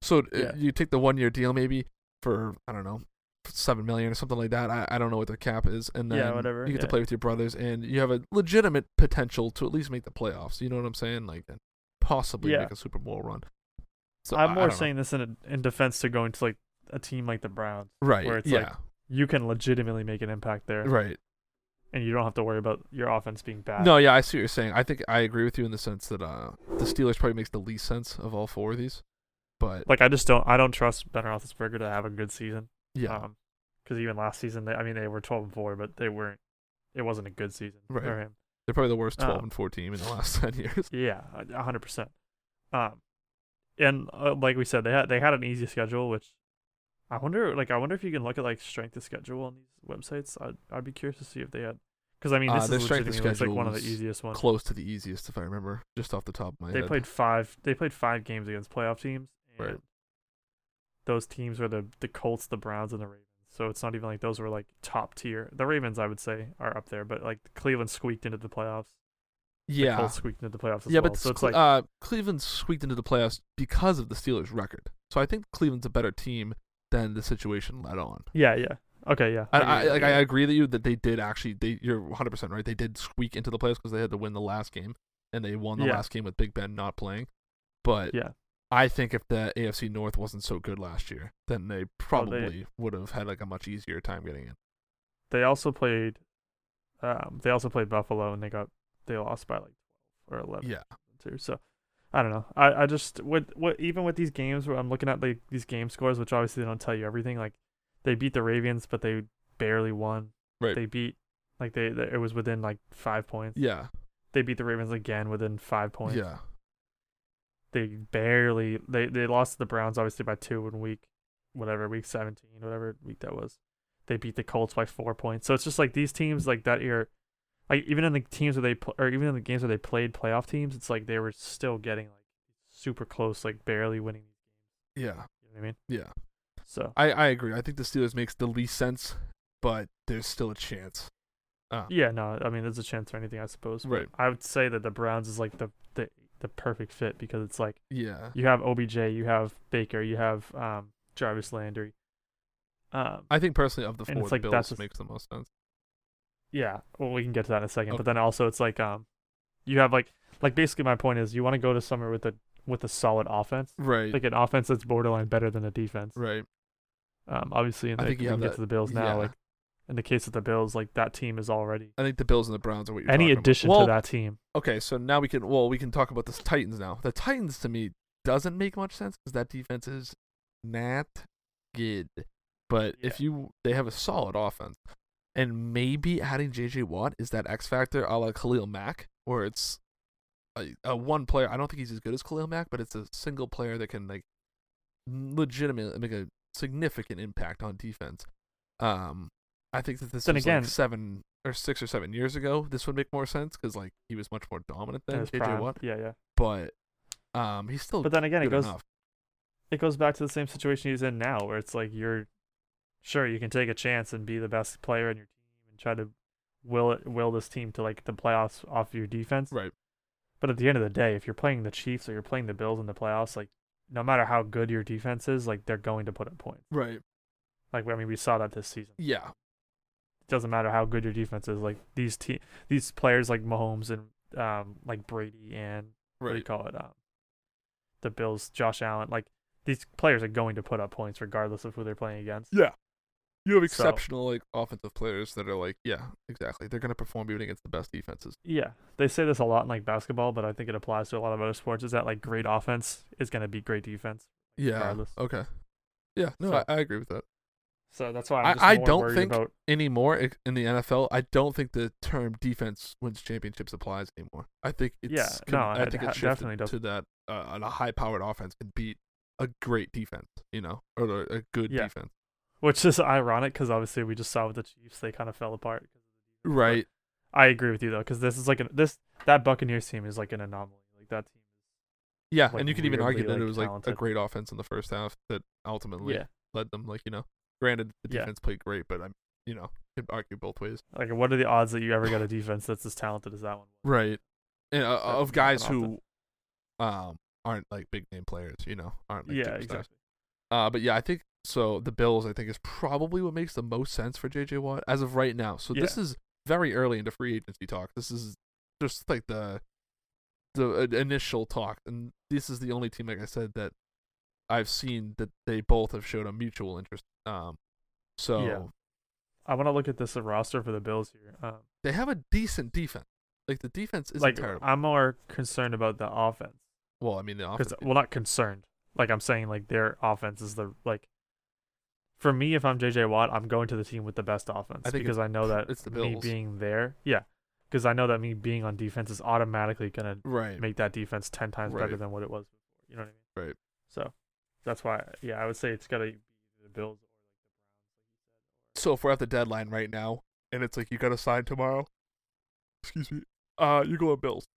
So uh,
Yeah.
you take the one-year deal maybe for I don't know seven million or something like that. I, I don't know what their cap is, and then
Yeah, whatever,
you get to
yeah.
play with your brothers, and you have a legitimate potential to at least make the playoffs. You know what I'm saying? Like and possibly
Yeah.
make a Super Bowl run. So I-
I'm
I
more
don't know.
saying this in a, in defense to going to like a team like the Browns.
right,
where it's uh,
yeah,
like- You can legitimately make an impact there,
right.
and you don't have to worry about your offense being bad.
No, yeah, I see what you're saying. I think I agree with you in the sense that uh, the Steelers probably makes the least sense of all four of these. But
like I just don't. I don't trust Ben Roethlisberger to have a good season.
yeah,
um, because even last season, they, I mean, they were 12 and four, but they weren't. It wasn't a good season
Right.
for him. uh,
they're probably the worst 12 [LAUGHS]
um,
and 4 team in the last 10 years.
Yeah, a- a hundred percent. Um, and uh, like we said, they had they had an easy schedule, which I wonder like I wonder if you can look at like strength of schedule on these websites. I'd I'd be curious to see if they had because I mean
Uh,
this
their
is
strength of
legitimately like
schedule
one of the
was
easiest ones.
Close to the easiest, if I remember, just off the top of my
They
head.
played five. They played five games against playoff teams. And
Right.
Those teams were the the Colts, the Browns, and the Ravens. So it's not even like those were like top tier. The Ravens, I would say, are up there, but like Cleveland squeaked into the playoffs.
yeah,
Colts squeaked into the playoffs as
yeah,
well.
but
so it's
Cle-
like
uh, Cleveland squeaked into the playoffs because of the Steelers' record. So I think Cleveland's a better team than the situation led on.
yeah, yeah, okay, yeah.
I,
get
I
it,
like
yeah.
I agree with you that they did actually they you're 100 percent right they did squeak into the playoffs because they had to win the last game and they won the
Yeah.
last game with Big Ben not playing, but
Yeah.
I think if the AFC North wasn't so good last year then
Oh,
they probably would have had like a much easier time getting in.
they also played. Um, they also played Buffalo, and they got they lost by like twelve or eleven.
Yeah,
too. So I don't know. I, I just with what even with these games where I'm looking at like these game scores, which obviously they don't tell you everything. Like they beat the Ravens, but they barely won.
Right.
They beat like they, they it was within like five points.
yeah,
They beat the Ravens again within five points.
yeah,
They barely they they lost to the Browns obviously by two in week whatever week seventeen whatever week that was. They beat the Colts by four points. So it's just like these teams like that year. Like even in the teams where they pl- or even in the games where they played playoff teams, it's like they were still getting like super close, like barely winning.
yeah,
You know what I mean?
yeah.
So
I I agree. I think the Steelers makes the least sense, but there's still a chance. Uh,
yeah, no, I mean there's a chance for anything, I suppose. but
Right.
I would say that the Browns is like the the the perfect fit because it's like
Yeah,
you have OBJ, you have Baker, you have um Jarvis Landry. Um,
I think personally of the
And
four,
it's
the
like that's
Bills
just-
makes the most sense.
Yeah, well, we can get to that in a second.
Okay.
But then also, it's like um, you have like like basically my point is you want to go to somewhere with a with a solid offense,
Right,
like an offense that's borderline better than a defense.
right,
Um, obviously, in
I
the,
think you
we
have
can get
that-
to the Bills now.
yeah.
Like in the case of the Bills, like that team is already
I think the Bills and the Browns are what you're
any
talking about.
addition
Well,
to that team.
okay, so now we can well we can talk about the Titans now. The Titans to me doesn't make much sense because that defense is not good. But if you they have a solid offense, and maybe adding JJ Watt is that X factor a la Khalil Mack, where it's a, a one player. I don't think he's as good as Khalil Mack, but it's a single player that can like legitimately make a significant impact on defense. Um, I think that this
Then
was
again-
like seven or six or seven years ago. This would make more sense because like he was much more dominant
in
than
his
JJ
prime.
Watt,
Yeah, yeah.
but um, he's still
But then again, it
good
goes
enough.
it goes back to the same situation he's in now, where it's like you're sure you can take a chance and be the best player in your team and try to will it will this team to like the playoffs off your defense.
right?
But at the end of the day, if you're playing the Chiefs or you're playing the Bills in the playoffs, like no matter how good your defense is, like they're going to put up points.
Right?
Like I mean, we saw that this season.
Yeah.
It doesn't matter how good your defense is. Like these te- these players like Mahomes and um like Brady and what do you
Right.
call it? Um, the Bills, Josh Allen, like these players are going to put up points regardless of who they're playing against.
Yeah. You have
So-
exceptional like offensive players that are like, yeah, exactly. They're gonna perform even against the best defenses.
Yeah, they say this a lot in like basketball, but I think it applies to a lot of other sports. Is that like great offense is going to be great defense?
Yeah.
Regardless.
Okay. Yeah. No,
So-
I, I agree with that.
So that's why
I-
I'm just
I
more
don't
worried
think-
about
Anymore i- in the NFL, I don't think the term defense wins championships applies anymore. I think it's
Yeah,
con-
no,
I
it
think
ha-
it's shifted
definitely
to
doesn't.
that uh, a high-powered offense can beat a great defense, you know, or a, a good
Yeah.
defense.
Which is ironic because obviously we just saw with the Chiefs they kind of fell apart.
Right.
I agree with you though because this is like an this that Buccaneers team is like an anomaly. Like that team.
Yeah,
like,
and you can even argue
weirdly,
that it
like,
was like a
talented.
great offense in the first half that ultimately
Yeah.
led them. Like you know, granted the
Yeah.
defense played great, but I'm you know could argue both ways.
Like what are the odds that you ever get a defense that's as talented as that one?
Right. And, uh,
That
of
doesn't happen
guys who um aren't like big name players, you know, aren't like
yeah,
superstars.
exactly.
Uh, but yeah, I think so. The Bills, I think, is probably what makes the most sense for JJ Watt as of right now. So this is very early into free agency talk. This is just like the the uh, initial talk, and this is the only team, like I said, that I've seen that they both have showed a mutual interest. Um, so
I want to look at this roster for the Bills here. Um,
they have a decent defense. Like the defense isn't
like uh,
terrible.
I'm more concerned about the offense.
well, I mean the offense.
because well not concerned like i'm saying like their offense is the like for me if i'm jj watt i'm going to the team with the best offense
think
because i know that
it's the
me
Bills.
being there yeah because i know that me being on defense is automatically going to
Right.
make that defense 10 times
Right.
better than what it was before you know what i mean
Right.
So that's why, yeah, I would say it's got to be the Bills
So if we're at the deadline right now and it's like you gotta sign tomorrow. Excuse me. Uh you're going Bills.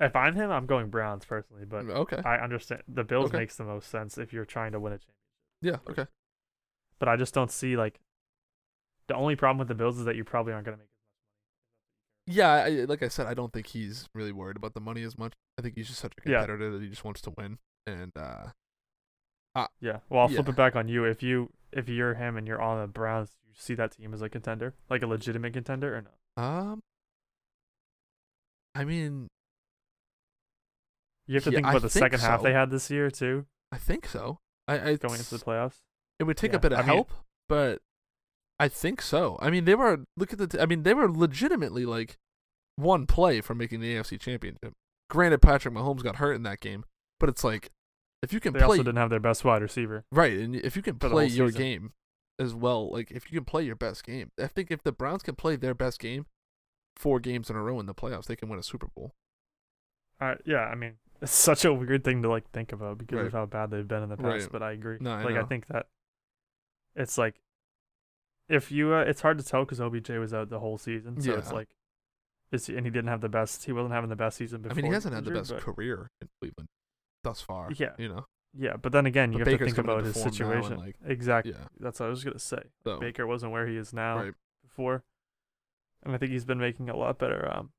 If I'm him, I'm going Browns personally, but
okay.
I understand the Bills
Okay.
makes the most sense if you're trying to win a championship.
Yeah, okay.
But I just don't see like the only problem with the Bills is that you probably aren't going to make
Yeah, I, like I said, I don't think he's really worried about the money as much. I think he's just such a
Yeah.
competitor that he just wants to win. And uh
Yeah. Well, I'll flip
Yeah.
it back on you. If you if you're him and you're on the Browns, you see that team as a contender, like a legitimate contender, or not?
um I mean,
You have to
Yeah,
think
I
about the
think
second half they
so.
had this year too,
I think so. I, I
going into the playoffs.
It would take
Yeah,
a bit of
I mean-
help, but I think so. I mean, they were look at the. T- I mean, they were legitimately like one play from making the AFC Championship. Granted, Patrick Mahomes got hurt in that game, but it's like if you can
They
play
also didn't have their best wide receiver.
right, and if you can
for the
play
whole
your
season.
game as well, like if you can play your best game, I think if the Browns can play their best game four games in a row in the playoffs, they can win a Super Bowl.
Uh, yeah, I mean, [LAUGHS] it's such a weird thing to like think about because
Right.
of how bad they've been in the past.
Right.
But I agree.
No, I
like I
know.
think that it's like if you, uh, it's hard to tell because OBJ was out the whole season, so it's
Yeah.
like, it's, and he didn't have the best. He wasn't having the best season before.
I mean, he hasn't had the
injured,
best
but-
career in Cleveland thus far.
Yeah.
you know,
Yeah, but then again,
But
you have
Baker's
to think
coming
about
into
his
form now and,
situation.
like,
exactly.
yeah,
That's what I was gonna say.
so
Baker wasn't where he is now
right,
before, and I think he's been making a lot better. Um,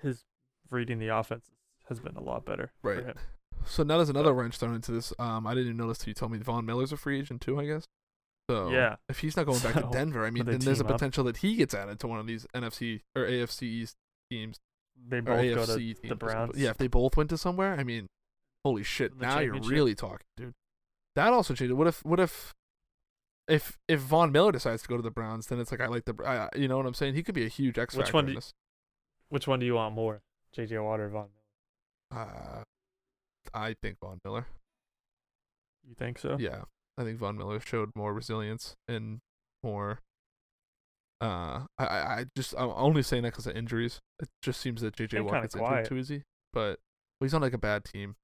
his reading the offense has been a lot better. For
right.
him.
So now there's another wrench thrown into this. Um, I didn't even notice till you told me Von Miller's a free agent too. I guess. So
Yeah.
if he's not going back to
So,
Denver, I mean,
they
then there's a
team up.
potential that he gets added to one of these NFC or AFC East teams
They
or
both
AFC
go to
teams.
the Browns.
Yeah, if they both went to somewhere, I mean, holy shit!
The
Now you're
championship.
really talking, dude. That also changes. What if? What if? If if Von Miller decides to go to the Browns, then it's like I like the. Br- I, I- you know what I'm saying? He could be a huge X
Which
factor.
one
in
do you-
this.
Which one do you want more, J.J. Watt or Von? Miller?
Uh, I think Von Miller.
You think so?
yeah, I think Von Miller showed more resilience and more. Uh, I I I just I'm only saying that because of injuries. It just seems that JJ
Been
Watt
kinda
gets
quiet.
injured too easy. But well, he's on like a bad team,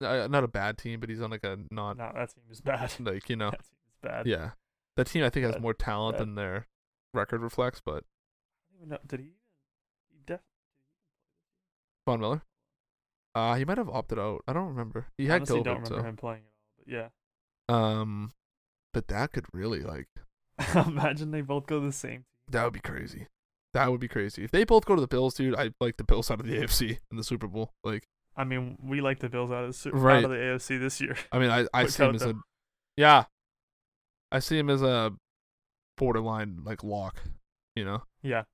uh, not a bad team, but he's on like a not
No, that seems bad.
like you know
[LAUGHS] That seems bad.
yeah. That team I think has
Bad,
more talent
bad.
than their record reflects. But
I don't even know. Did he? He def-
Von Miller, uh, he might have opted out. I don't remember. He had
honestly
COVID,
don't remember
so
him playing at all.
um, but that could really like
But yeah, [LAUGHS] imagine they both go to the same.
That would be crazy. That would be crazy. If they both go to the Bills, dude, I like the Bills out of the [LAUGHS] AFC in the Super Bowl. Like,
I mean, we like the Bills out of the Super,
Right.
out of the AFC this year.
I mean, I, I
Which
see him
out
as a yeah, I see him as a borderline like lock, you know.
Yeah,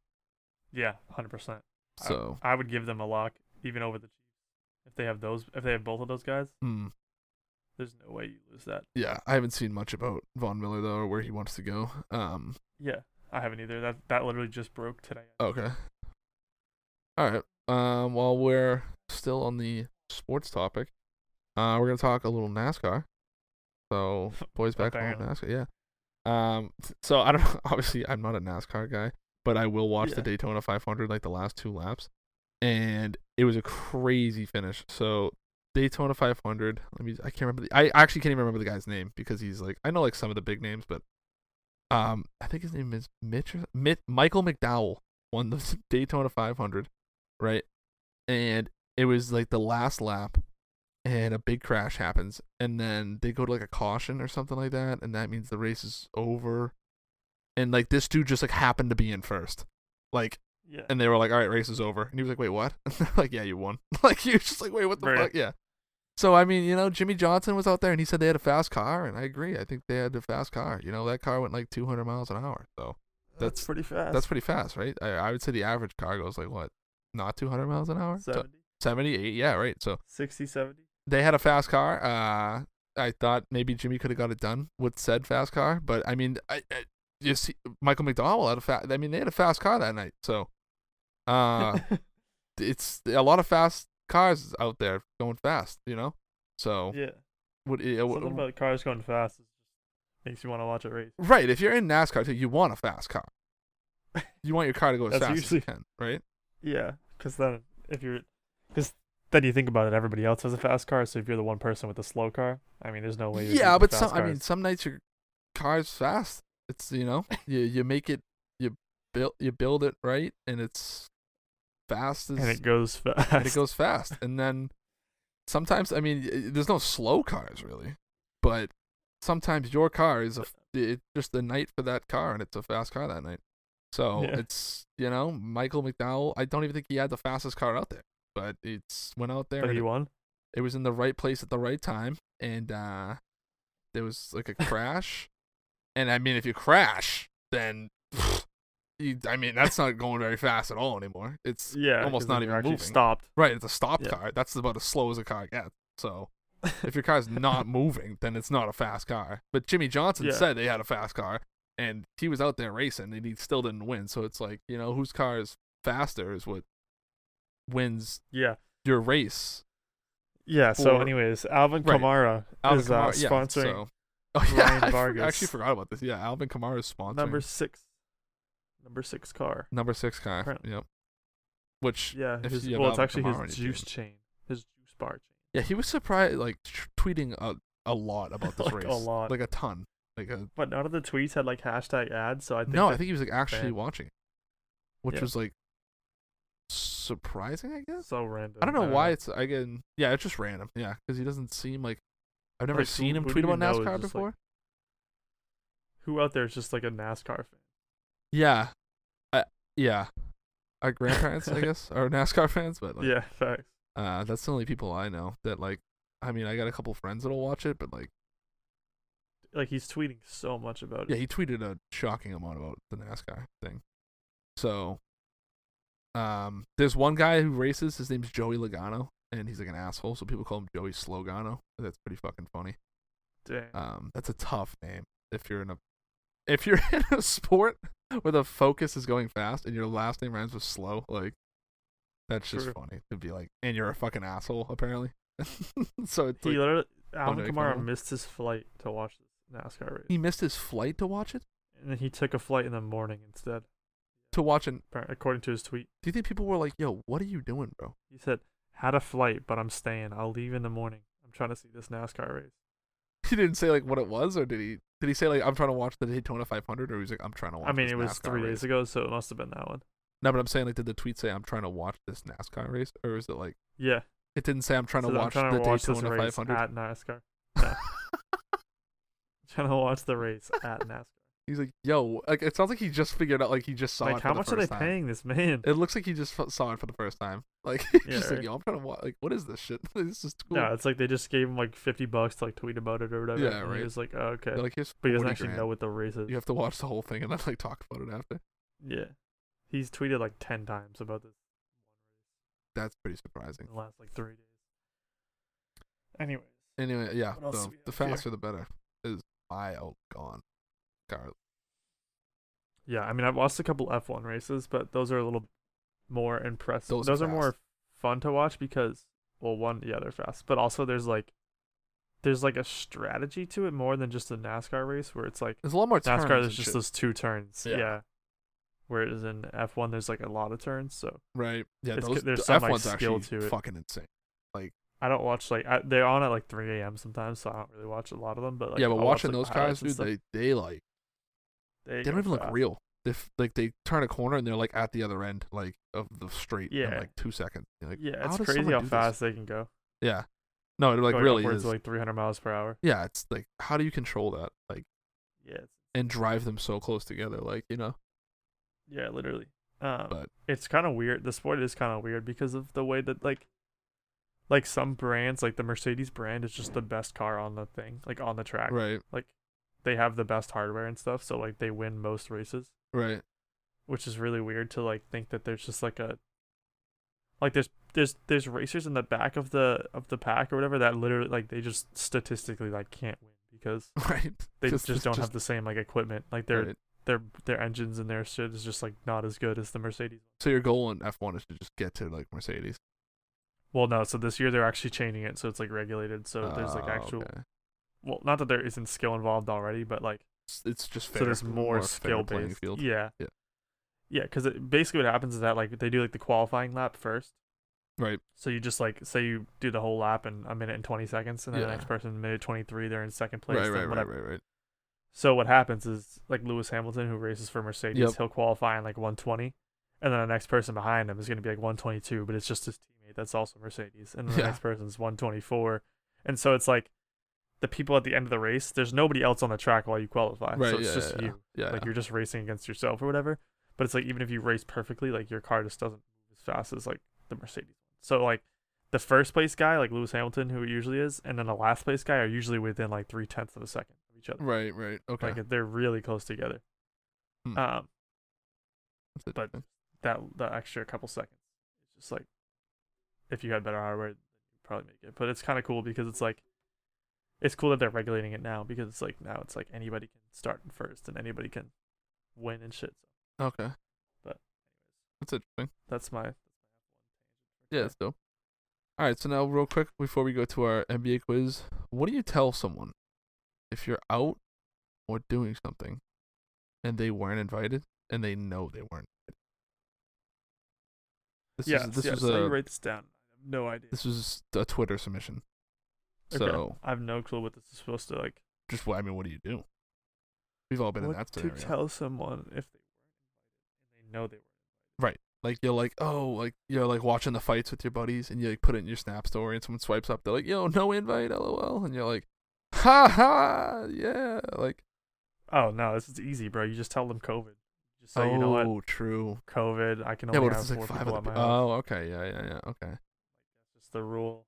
yeah, hundred percent. I-
So,
I would give them a lock even over the Chiefs if they have those. If they have both of those guys,
hmm,
there's no way you lose that.
yeah, I haven't seen much about Von Miller though, or where he wants to go. Um,
Yeah, I haven't either. That that literally just broke today.
okay, all right. Um, while we're still on the sports topic, uh, we're gonna talk a little NASCAR. So, boys back home
Apparently.
NASCAR, yeah. Um, t- so I don't. [LAUGHS] Obviously, I'm not a NASCAR guy, but I will watch the
Yeah.
Daytona 500 like the last two laps, and it was a crazy finish. So Daytona 500. Let me. I can't remember. The, I actually can't even remember the guy's name because he's like I know like some of the big names, but um, I think his name is Mitch. or- Mi- Michael McDowell won the [LAUGHS] Daytona 500, right? And it was like the last lap and a big crash happens and then they go to like a caution or something like that and that means the race is over and like this dude just like happened to be in first like
Yeah,
and they were like all right race is over and he was like wait what [LAUGHS] and they're like yeah you won [LAUGHS] like you're just like wait what the
Right.
fuck yeah so i mean you know jimmy johnson was out there and he said they had a fast car and i agree i think they had a fast car you know that car went like 200 miles an hour so that's-
pretty fast.
that's pretty fast right i, I would say the average car goes like what not 200 miles an hour So-
70,
78 yeah right so
60, 70.
they had a fast car. Uh, I thought maybe Jimmy could have got it done with said fast car, but I mean, I, I you see Michael McDowell had a fast. I mean, they had a fast car that night, so
[LAUGHS]
uh, it's a lot of fast cars out there going fast, you know. So
yeah,
would it, uh,
something about cars going fast is just makes you want to watch a race.
right if you're in NASCAR too, you want a fast car. You want your car to go as
That's
fast as you
usually-
can, right?
Yeah, because then if you're, because then you think about it, everybody else has a fast car, so if you're the one person with a slow car, I mean, there's no way. You're
yeah,
beating
but
the
some
fast
I mean
cars.
some nights your car's fast. It's you
[LAUGHS]
know you you make it you build you build it right and it's fast as
and it goes fast.
and it
[LAUGHS]
goes fast. And then sometimes, I mean, y- there's no slow cars really, but sometimes your car is a, it's just the night for that car, and it's a fast car that night. So
Yeah.
it's you know Michael McDowell. I don't even think he had the fastest car out there, but it's went out there.
but
And
he
it,
won.
it was in the right place at the right time, and uh, there was like a
[LAUGHS]
crash. and I mean, if you crash, then. [LAUGHS] You, I mean, that's not going very fast at all anymore. It's
Yeah,
almost
'cause then
not
you're
even
actually
moving. [LAUGHS]
stopped.
Right, it's a stop
Yeah.
car. That's about as slow as a car gets.
[LAUGHS]
So if your car's not moving, then it's not a fast car. But Jimmy Johnson
Yeah.
said they had a fast car, and he was out there racing, and he still didn't win. So it's like you know whose car is faster is what wins
yeah,
your race.
yeah. So,
Or-
anyways, Alvin
Right.
Kamara
Alvin
is uh,
Kamara- yeah,
sponsoring
so- [LAUGHS] Oh yeah,
Ryan
I for-
Vargas.
actually forgot about this. Yeah, Alvin Kamara is sponsoring
number
number,
six, number six car.
six car.
Apparently.
Yep. Which
Yeah,
If
his,
you have
well, it's
Alvin
actually
Kamara on
his
your
juice
team.
chain, his juice bar chain.
yeah, he was surprised like tr- tweeting a a lot about this
[LAUGHS] Like,
race,
a lot.
like a ton, like a
But none of the tweets had like hashtag ads, so I think
no, I
that-
think he was like actually
bad.
watching, it, which
Yeah.
was like surprising, I guess.
so random. Uh,
I don't know why it's again. Yeah, it's just random. Yeah, because he doesn't seem like I've never
Like, who-
seen him
who do
tweet
you
about
know is
NASCAR
just, like-
before.
Who out there is just like a NASCAR fan?
yeah, I, yeah, our grandparents,
[LAUGHS]
I guess, are NASCAR fans, but like,
yeah, [LAUGHS] facts.
uh, that's the only people I know that like. I mean, I got a couple friends that'll watch it, but like,
Like he's tweeting so much about
yeah,
it.
he tweeted a shocking amount about the NASCAR thing. So, um, there's one guy who races. His name's Joey Logano, and he's like an asshole, so people call him Joey Slogano. That's pretty fucking funny.
Dang.
Um, that's a tough name if you're in a if you're [LAUGHS] in a sport where the focus is going fast and your last name rhymes with slow. Like, that's just
True.
funny to be like, and you're a fucking asshole apparently. [LAUGHS] so it's
he
like,
literally Alvin
day
Kamara
Kamara.
missed his flight to watch this NASCAR race,
he missed his flight to watch it
and then he took a flight in the morning instead.
to watch an.
appar- According to his tweet,
Do you think people were like, "Yo, what are you doing, bro?" [LAUGHS]
he said, "Had a flight, but I'm staying. I'll leave in the morning. I'm trying to see this NASCAR race."
he didn't say like what it was, or did he? Did he say like I'm trying to watch the Daytona 500, or he's like I'm trying to watch?
I mean,
this
it was
NASCAR
three
race?
days ago, so it must have been that one.
No, but I'm saying like, did the tweet say I'm trying to watch this NASCAR race, or is it like
Yeah,
it didn't say I'm trying
so
to
I'm
watch
trying
the
to watch this
Daytona
race
[LAUGHS] 500?
at NASCAR. [LAUGHS] no. trying to watch the race
[LAUGHS]
at NASCAR.
he's like, yo, like it sounds like he just figured out, like he just saw it.
like,
for
how
the
much are they
first time.
paying this man?
It looks like he just f- saw it for the first time. [LAUGHS] Like, he's
Yeah,
just like,
right.
yo, I'm trying to watch. Like, what is this shit? [LAUGHS] this is cool.
No, it's like they just gave him like fifty bucks to like tweet about it or whatever.
Yeah,
and
right.
He was like, oh, okay,
They're like, here's
but
40
he doesn't actually
grand.
know what the race is.
You have to watch the whole thing and then like talk about it after.
Yeah, he's tweeted like ten times about this
That's pretty surprising.
in the last like three days. Anyways,
Anyway, yeah,
What else
the,
do we
the
have here?
faster the better is my out gone. Car
yeah, I mean, I've watched a couple F one races, but those are a little more impressive.
Those
Those,
are
are more fun to watch because, well, one, yeah, they're fast, but also there's like, there's like a strategy to it more than just a NASCAR race where it's like
There's a lot more turns.
NASCAR there's
and
just
shit.
those two turns.
Yeah.
Yeah. Whereas in F one there's like a lot of turns, so
right. Yeah,
it's
those
good- there's
the
some,
F
like,
one's
skill
actually
to it.
fucking insane.
I don't watch like I, they're on at like 3 a.m. sometimes, so I don't really watch a lot of them. But like,
yeah, but
I'll watch,
watching
like,
those cars,
highlights and
dude,
stuff.
they they like
They
they don't
go
even look
fast.
real. They f- like they turn a corner and they're like at the other end like of the street in
Yeah.
like two seconds. You're like,
yeah,
how
it's
does
crazy
someone
how
do this?
fast they can go.
Yeah, no, it like
Going
really
upwards
is.
of, like 300 miles per hour.
yeah, it's like how do you control that like
Yeah, it's,
and drive them so close together? Like you know,
yeah, literally. Um,
But-
it's kind of weird. The sport is kind of weird because of the way that like, like some brands, like the Mercedes brand, is just the best car on the thing, like on the track.
right,
Like, they have the best hardware and stuff, so like they win most races.
right,
which is really weird to like think that there's just like a like there's there's there's racers in the back of the of the pack or whatever that literally like they just statistically like can't win because
[LAUGHS] right.
they just, don't have the same like equipment like their
right.
their their engines and their shit is just like not as good as the Mercedes.
So your goal in F one is to just get to like Mercedes.
Well, no, so this year they're actually changing it so it's like regulated so there's like
Ah,
actual
okay.
well not that there isn't skill involved already but like
It's, it's just fair.
so there's more,
fair
skill
playing
based.
field.
Yeah.
Yeah.
Yeah, because basically what happens is that like they do like the qualifying lap first,
Right.
So you just like say you do the whole lap in a minute and twenty seconds, and then
Yeah.
the next person minute twenty three, they're in second place.
Right,
then
right, right,
whatever.
right, right.
So what happens is like Lewis Hamilton, who races for Mercedes,
Yep.
he'll qualify in like one twenty, and then the next person behind him is gonna be like one twenty two, but it's just his teammate that's also Mercedes, and then the
Yeah.
next person's one twenty four, and so it's like the people at the end of the race, there's nobody else on the track while you qualify,
Right.
so it's
yeah,
just
yeah,
you.
Yeah.
Like
yeah.
you're just racing against yourself or whatever. But it's like even if you race perfectly, like your car just doesn't move as fast as like the Mercedes. So like the first place guy, like Lewis Hamilton, who it usually is, and then the last place guy are usually within like three tenths of a second of each other.
Right, right. Okay.
Like they're really close together.
Hmm.
Um,
That's
but-
interesting.
that that extra couple seconds, it's just like if you had better hardware, you'd probably make it. But it's kind of cool because it's like it's cool that they're regulating it now because it's like now it's like anybody can start first and anybody can win and shit. So
Okay.
but-
That's interesting.
that's my
Yeah, it's dope. All right, so now real quick before we go to our NBA quiz, what do you tell someone if you're out or doing something and they weren't invited and they know they weren't? invited? This
yeah,
is this
yes,
was
I
a
write this down. I have no idea.
this was a Twitter submission.
Okay.
So
I have no clue what this is supposed to like.
just what I mean, what do you do? We've all been in
What
that
to
scenario.
tell someone if they weren't invited and they know they were.
like you're like oh like you're like watching the fights with your buddies and you like put it in your snap story and someone swipes up they're like yo no invite lol and you're like ha ha yeah like
Oh no, this is easy, bro. You just tell them COVID. Just say, you know what,
oh true
COVID. I can
yeah
only
but
have
it's like
four
five
people
of
at
the
my
pe-
house.
oh okay yeah yeah yeah okay
That's just the rule.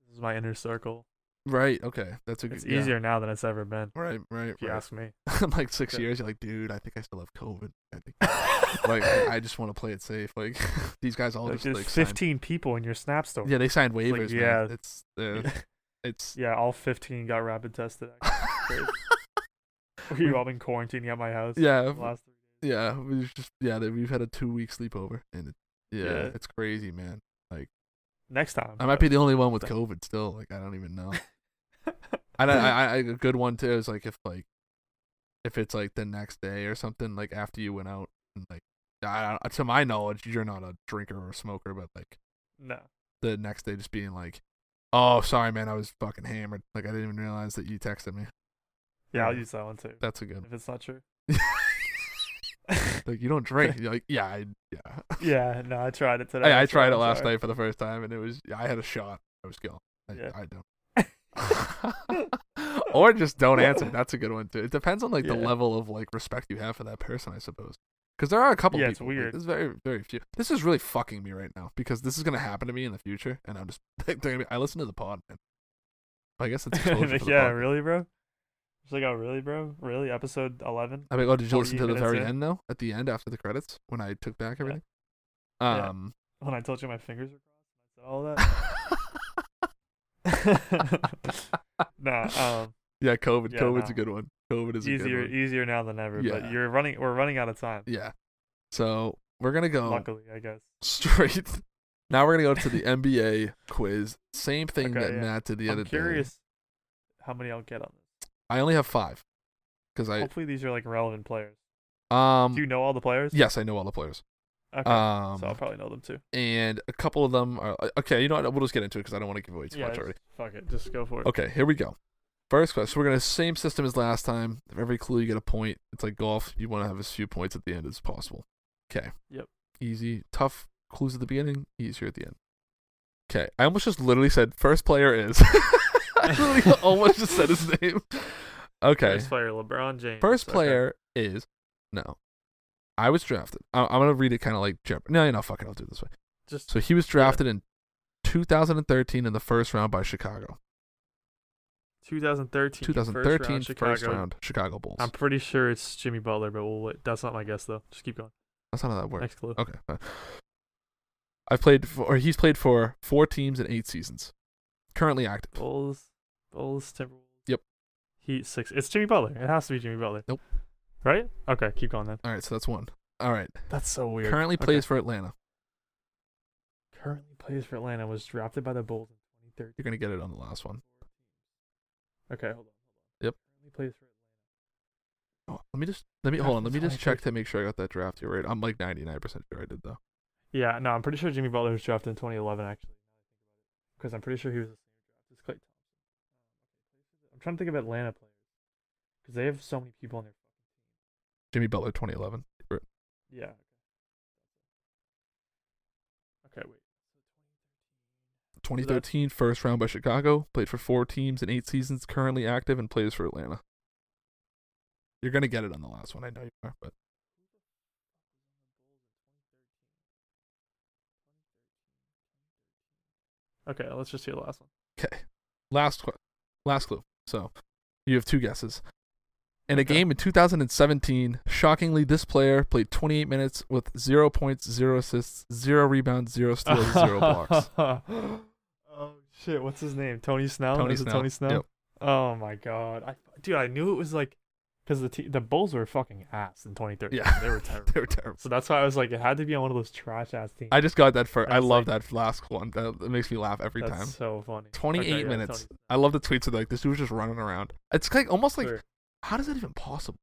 Sorry, this is my inner circle.
right okay that's a good
It's
yeah.
easier now than it's ever been.
right right
If you
right. [LAUGHS]
ask me.
In like six
Okay.
years you're like dude I think I still have COVID I
[LAUGHS]
think like I just want to play it safe like [LAUGHS] these guys all
Like,
just
there's
like signed-
15 people in your Snap store.
yeah they signed waivers
yeah.
man it's
[LAUGHS]
uh, it's
Yeah, all 15 got rapid
[LAUGHS]
tested. Great.
We-
We've all been quarantining at my house.
yeah
the Last three days.
Yeah, we've just yeah, that we've had a two week sleepover, and it, yeah,
Yeah.
it's crazy, man.
Next time.
I might be the only one with
that-
COVID still. Like, I don't even know. And I, I, I, a good one too is like if like, if it's like the next day or something, like after you went out, and like, I, I- to my knowledge, you're not a drinker or smoker, but like
[LAUGHS] no.
the next day, just being like, oh, sorry, man, I was fucking hammered. Like, I didn't even realize that you texted me.
Yeah, I'll
Yeah.
use that one too.
That's a
[LAUGHS]
good.
If it's
[LAUGHS]
not true.
like, you don't drink. You're like, yeah, I, yeah.
yeah, no, I tried it today.
I, I tried it last night for the first time, and it was I had a shot. I was gone. I,
Yeah.
I
[LAUGHS]
don't. or just don't answer. That's a good one too. It depends on like the
Yeah.
level of like respect you have for that person, I suppose. Because there are a couple
Yeah, it's
people. like,
weird.
there's very very few. This is really fucking me right now because this is gonna happen to me in the future, and I'm just [LAUGHS] they're gonna be, I listen to the pod, man. I guess [LAUGHS]
[LAUGHS]
it's exposure for the
yeah,
pod.
really, bro? It's like, oh, really, bro? Really? Episode 11?
I mean, oh, did you listen to
48
the
minutes
very
in.
end though? At the end after the credits when I took back everything.
Yeah.
Um. [LAUGHS]
[LAUGHS] When I told you my fingers were crossed and I said all that? [LAUGHS]
[LAUGHS]
nah, um,
yeah, COVID.
Yeah,
COVID's a
no.
good one. COVID is a good
easier e
one.
easier now than ever,
Yeah.
but you're running, we're running out of time.
Yeah. So we're gonna go
Luckily, I guess. [LAUGHS]
straight. Now we're gonna go to the NBA quiz. Same thing
Okay,
that
yeah.
Matt did the
I'm
other
curious
day.
how many I'll get on this.
I only have five because I
Hopefully, these are like relevant players.
um
Do you know all the players?
yes I know all the players.
Okay.
Um
so I'll probably know them too.
and a couple of them are uh, okay. You know what? We'll just get into it because I don't want to give away too
Yeah,
much already.
just- fuck it. Just go for it.
Okay, here we go. First question. So we're gonna same system as last time. For every clue you get a point. It's like golf. You want to have as few points at the end as possible. Okay.
Yep.
Easy. Tough clues at the beginning. Easier at the end. Okay. I almost just literally said first player is. [LAUGHS] I
[LAUGHS]
literally almost just said his name. Okay.
First player, LeBron James.
First
Okay.
player is no. I was drafted. I- I'm gonna read it kind of like Jeopardy. No, you know, fuck it. I'll do it this way.
Just
So he was drafted in 2013 in the first round by Chicago.
2013.
2013
First
first
round. Chicago.
round Chicago Bulls.
I'm pretty sure it's Jimmy Butler, but we'll wait. that's not my guess though. Just keep going.
That's not how that works.
Next clue.
Okay. fine. I've played for, or he's played for four teams in eight seasons. Currently active.
Bulls, Bulls, Timberwolves.
Yep.
Heat six. It's Jimmy Butler. It has to be Jimmy Butler.
Nope.
Right? Okay, keep going then.
All right, so that's one. All right.
That's so weird.
Currently
Okay.
plays for Atlanta.
currently plays for Atlanta was drafted by the Bulls in 2013.
You're gonna get it on the last one.
Okay, hold on. Hold on.
Yep.
Currently plays for
Oh, let me just let me
Yeah,
hold on. Let me
that's
just
why I
check to make sure I got that draft here right. I'm like 99 percent sure I did though.
Yeah, no, I'm pretty sure Jimmy Butler was drafted in 2011 actually. Because I'm pretty sure he was the same draft as Clay Thompson. I'm trying to think of Atlanta players because they have so many people on their
Jimmy Butler, 2011.
Yeah. Okay, wait.
2013, first round by Chicago. Played for four teams in eight seasons. Currently active and plays for Atlanta. You're gonna get it on the last one. I know you are, but
Okay, let's just see the last one.
okay. Last clue. Last clue. So you have two guesses. In a
Okay.
game in 2017, shockingly, this player played 28 minutes with zero points, zero assists, zero rebounds,
[LAUGHS]
zero steals, zero blocks.
oh shit! What's his name? Tony Snell.
Tony
Oh, Is it
Snell.
Tony Snell?
Yep.
Oh my god! I dude, I knew it was like because the te- the Bulls were fucking ass in 2013.
Yeah. [LAUGHS]
they were terrible.
They were terrible.
So that's why I was like, it had to be on one of those trash ass teams.
I just got that for. I
That's
love that last one. That, that makes me laugh every
that's
time.
so funny.
28
Okay, yeah,
minutes.
Tony
I love the tweets of like this dude was just running around. It's like almost like
Sure.
how is that even possible?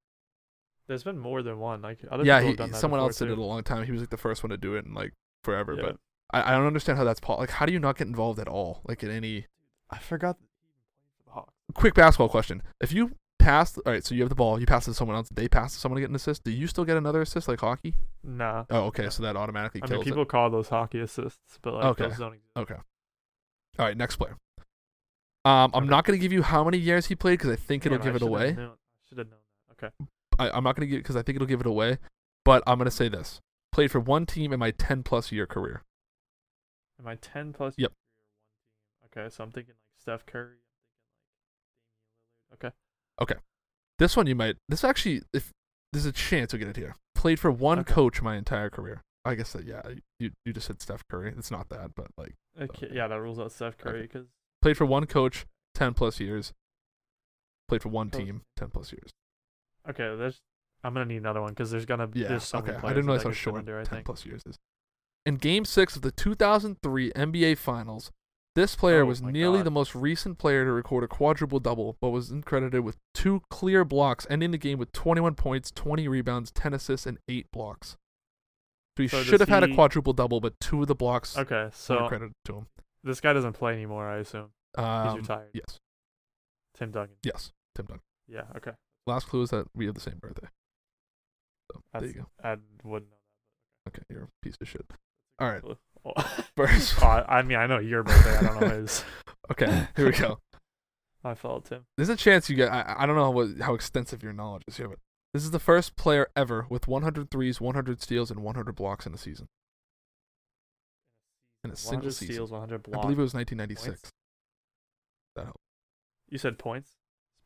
There's been more than one. Like other
yeah,
people
he,
have done that
someone
before,
else did
too.
it a long time. He was like the first one to do it in like forever.
Yeah.
But I, I don't understand how that's possible. Like how do you not get involved at all? Like in any
I forgot.
quick basketball question. If you pass, all right, so you have the ball, you pass it to someone else, they pass it to someone to get an assist. Do you still get another assist like hockey?
Nah.
Oh, okay, so that automatically
I
kills
mean, people call those hockey assists, but like
Okay.
those don't exist.
it. Okay. All right, next player. Um, I'm not gonna give you how many years he played because I think it'll
Damn,
give
I
it away.
Should have known. that. Okay.
I, I'm not going to give because I think it'll give it away, but I'm going to say this: played for one team in my 10 plus year career.
Am I ten plus?
Yep.
Okay, so I'm thinking like Steph Curry. I'm thinking like Damian Lillard. Okay.
This one you might. This actually, if there's a chance we will get it here. Played for one
Okay.
coach my entire career. I guess that yeah, you you just said Steph Curry. It's not that, but like
Okay. Yeah, that rules out Steph Curry because
played for one coach 10 plus years. Played for one
Coach.
team 10 plus years.
okay, there's I'm gonna need another one because there's gonna be
Yeah.
there's so
okay.
many
I
players.
didn't
that
realize
that
how
could fit
short
Under, I
10
think.
plus years is. In Game Six of the 2003 NBA Finals, this player
Oh
was
my
nearly
God.
the most recent player to record a quadruple double, but was credited with two clear blocks, ending the game with 21 points, 20 rebounds, 10 assists, and eight blocks. So he
So
should
does
have had a
he-
quadruple double, but two of the blocks
Okay,
were
so
credited to him.
this guy doesn't play anymore. I assume he's
Um,
retired.
Yes,
Tim Duncan.
yes, Tim Duncan.
Yeah. Okay.
Last clue is that we have the same birthday. So, there
That's-
you go.
I wouldn't
Okay, you're a piece of shit. All right, [LAUGHS]
[LAUGHS] know. Oh,
first.
I I mean, I know your birthday.
[LAUGHS]
I don't know his.
Okay, here we
[LAUGHS]
go.
I followed Tim.
There's a chance you get. I, I don't know what, how extensive your knowledge is here, but this is the first player ever with 100 threes, 100 steals, and 100 blocks in a season. In a single
100
season.
steals, 100
I
blocks.
believe it was 1996.
Points?
That helped.
You said points,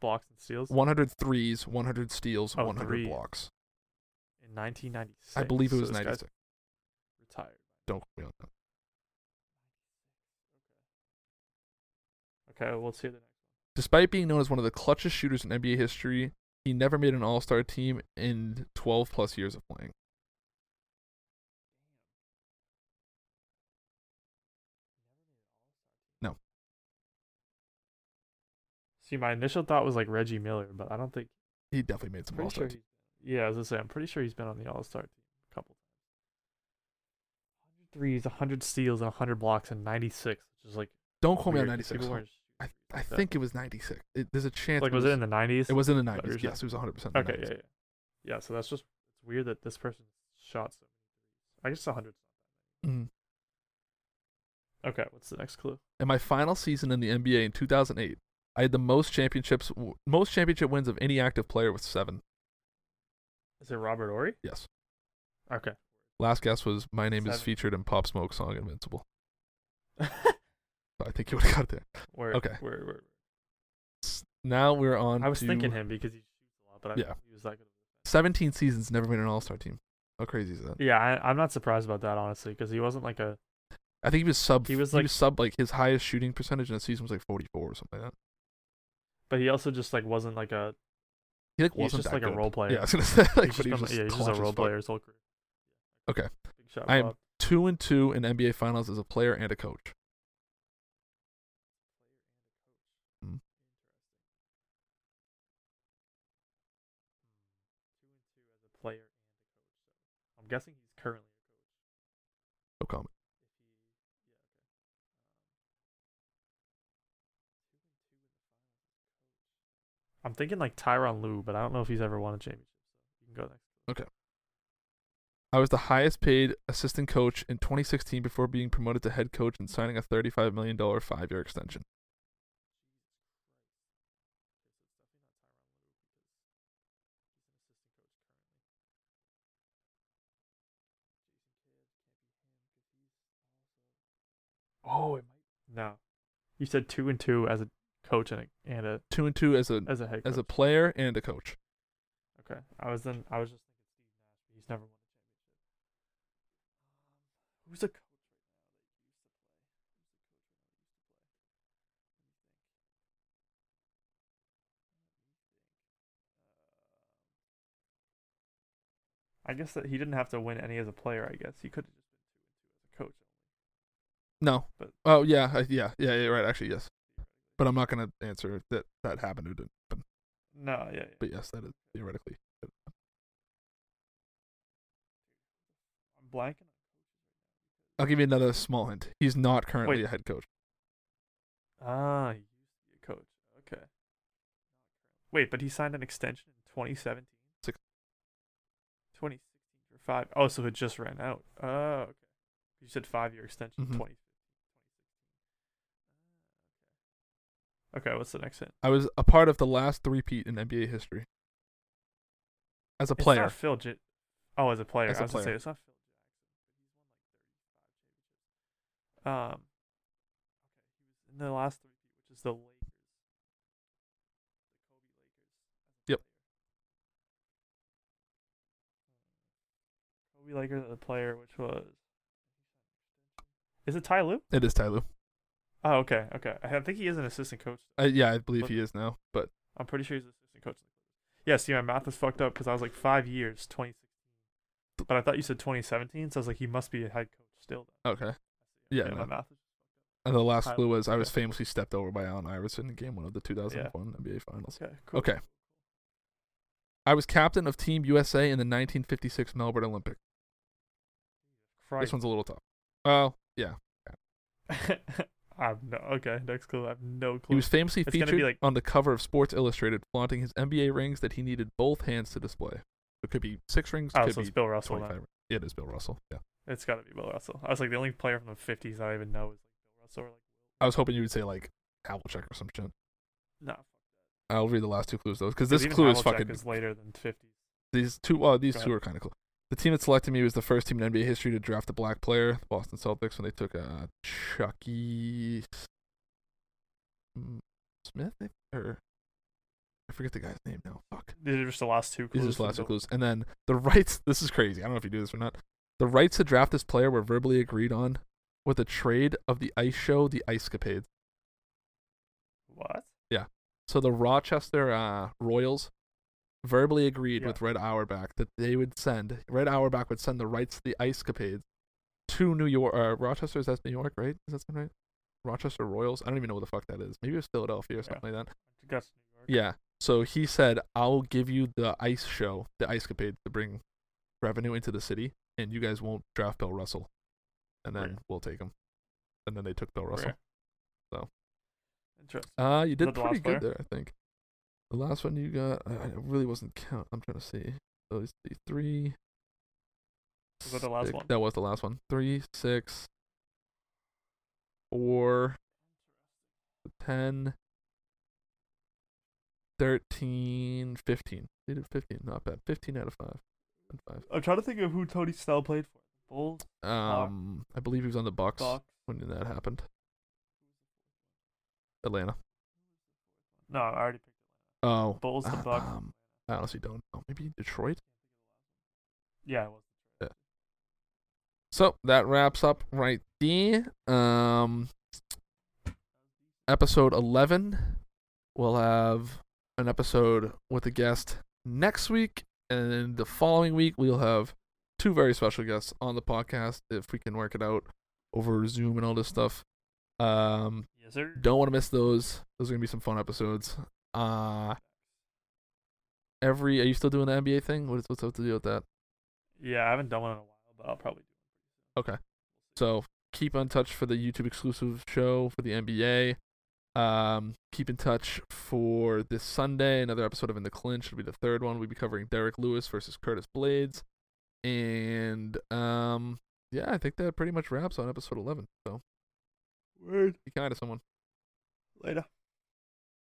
blocks, and steals
100 threes, 100 steals,
Oh,
100
three.
blocks.
in 1996.
I believe it
so
was
this guy's
96.
Retired.
Don't quote me on that.
Okay, we'll see the next.
Despite being known as one of the clutchest shooters in NBA history, he never made an All Star team in 12 plus years of playing.
See, my initial thought was like Reggie Miller, but I don't think.
He definitely made some All
Pretty
Star
sure
teams.
he, yeah, as I say, I'm pretty sure he's been on the All Star team a couple times. 100 threes, 100 steals, and 100 blocks in 96, which is like.
Don't quote me on
weird, 'cause
96.
people weren't
I, I
that.
think it was 96. It, there's a
sh-
chance.
Like, was it in the 90s?
It was in the
what
nineties.
you're
Yes, it was one hundred percent.
okay, yeah, yeah. Yeah, so that's just. It's weird that this person shot so I guess 100. Okay, what's the next clue?
Mm. In my final season in the NBA in two thousand eight, I had the most championships, w- most championship wins of any active player with seven.
Is it Robert Ory?
Yes.
Okay. [LAUGHS]
Last guess was my name is
Seven.
featured in Pop Smoke song Invincible. So I think you [LAUGHS] would have got it there.
where,
Okay.
Where, where,
S- Now we're on.
I was
to
thinking him because he shoots a lot, but I didn't
Yeah.
think he was that good.
Seventeen seasons, never made an All Star team. How crazy is that?
Yeah, I, I'm not surprised about that honestly, because he wasn't like a
I think he was sub.
He was
he
like-
was sub like his highest shooting percentage in a season was like forty four or something like that.
but he also just like wasn't like a
He like
He was
wasn't
just
that
like a
good.
role player.
Yeah, I was gonna [LAUGHS] say like,
he's
but he was
just been- yeah, he's just a
clutch as
role
fuck.
player his whole career.
Okay.
Big shot
I am-
Bob.
two and two in NBA Finals as a player and a coach. Mm.
Player and a coach. So I'm guessing he's currently
No comment.
I'm thinking like Tyron Lue, but I don't know if he's ever won a championship. So you can go next.
I was the highest paid assistant coach in 2016 before being promoted to head coach and signing a $35 million five year extension.
Oh, it might. No, you said two and two as a coach and a, and a
Two and two as a
as a head coach.
as a player and a coach.
Okay. I was then I was just thinking Steve Nash, but he's never won a championship. Um, who's a coach Um, right now that used to play? Who's the coach right now that used to play? Let me think. Um, I guess that he didn't have to win any as a player. I guess he could have just been two and two as a coach.
No.
But-
oh yeah, I, yeah, yeah, yeah. Right. Actually, yes. But I'm not gonna answer if that that happened or didn't happen.
No, yeah, yeah.
But yes, that is theoretically.
I'm blanking.
I'll give you another small hint. He's not currently
Wait.
a head coach.
Ah, he used to be a coach. Okay. Wait, but he signed an extension in 2017.
Six.
2016 for five. Oh, so it just ran out. Oh, okay. You said five-year extension.
Mhm.
20 Ah, Okay, what's the next hint?
I was a part of the last three-peat in NBA history. As a
It's
player,
not Phil. J- oh, as a player.
As a
I was gonna say
player.
it's not Phil Jackson, but he's won like 35 championships. Um. Okay, he was in the last three, which is the Lakers, the Kobe Lakers. as a
Yep.
player. Kobe Lakers as a player, which was. Is it Ty Lue?
it is Tyloo.
Oh, okay, okay. I think he is an assistant coach.
I, yeah, I believe
But-
he is now. But
I'm pretty sure he's an assistant coach. in the Clippers. Yeah, see, my math is fucked up because I was like five years, 2016. But I thought you said 2017, so I was like, he must be a head coach still.
okay.
Then.
Yeah,
my
no.
math is
And the last
Tyler,
clue was I was
okay.
famously stepped over by Allen Iverson in Game One of the 2001 NBA Finals.
okay. Cool.
Okay. I was captain of Team USA in the 1956 Melbourne Olympic.
Christ.
This one's a little tough. Well, yeah.
[LAUGHS] I have no. Okay, next clue. I have no
He
clue.
was famously
It's gonna be
featured
like-
on the cover of Sports Illustrated, flaunting his NBA rings that he needed both hands to display. It could be six rings, it
oh,
could
so
be
it's Bill Russell.
twenty-five.
Then.
rings. It is Bill Russell. Yeah,
It's got to be Bill Russell. I was like, the only player from the 50s I even know is like Bill Russell or like.
I was hoping you would say like Havlicek or some shit.
Nah. fuck
I'll read the last two clues though, because
it,
this
even
clue is
Havlicek
fucking.
is later than 50s.
These two, well, these
Go
two are kind of cool. The team that selected me was the first team in NBA history to draft a black player, the Boston Celtics, when they took uh, Chucky S- mm, Smith, I- or I forget the guy's name now. Fuck.
These are just the last two clues.
These are just
from
last two
Bill-
clues. And then the rights. This is crazy. I don't know if you do this or not. The rights to draft this player were verbally agreed on with a trade of the ice show, the Ice Capades.
What?
So the Rochester uh, Royals verbally agreed
Yeah.
with Red Auerbach that they would send Red Auerbach would send the rights to the Ice Capades to New York. Uh, Rochester is that New York, right? Is that sound right? Rochester Royals. I don't even know what the fuck that is. Maybe it was Philadelphia or
Yeah.
something like that.
That's New York.
Yeah. So he said, "I'll give you the ice show, the ice capade, to bring revenue into the city, and you guys won't draft Bill Russell, and then
Rare.
we'll take him." And then they took Bill Russell.
Rare.
So.
Interesting.
Uh, you did
that the
pretty
last
good
player?
there, I think. The last one you got, I I really wasn't count. I'm trying to see. So it's the three.
Was that the last
six-
one?
That was the last one. Three, six, four, ten, thirteen, fifteen. They did fifteen. Not bad. Fifteen out of five. And five.
I'm trying to think of who Tony Snell played for. Bulls,
Um, I believe he was on the Bucks
Bucks.
when that happened. Atlanta.
No, I already picked
Oh,
the Bulls. The
Uh-huh.
Uh,
Bucks.
um, I honestly don't know. Maybe Detroit.
yeah, it was.
So that wraps up right there. Um, episode eleven. We'll have an episode with a guest next week, and the following week we'll have two very special guests on the podcast if we can work it out over Zoom and all this stuff. Um,
Yes, sir.
don't want to miss those. Those are gonna be some fun episodes. Uh every. Are you still doing the NBA thing? What's what's up to do with that?
Yeah, I haven't done one in a while, but I'll probably do.
Okay. So keep in touch for the YouTube exclusive show for the NBA. Um, keep in touch for this Sunday. Another episode of In the Clinch will be the third one. We'll be covering Derek Lewis versus Curtis Blades. And um, yeah, I think that pretty much wraps on episode 11. So
Word.
be kind to someone.
Later.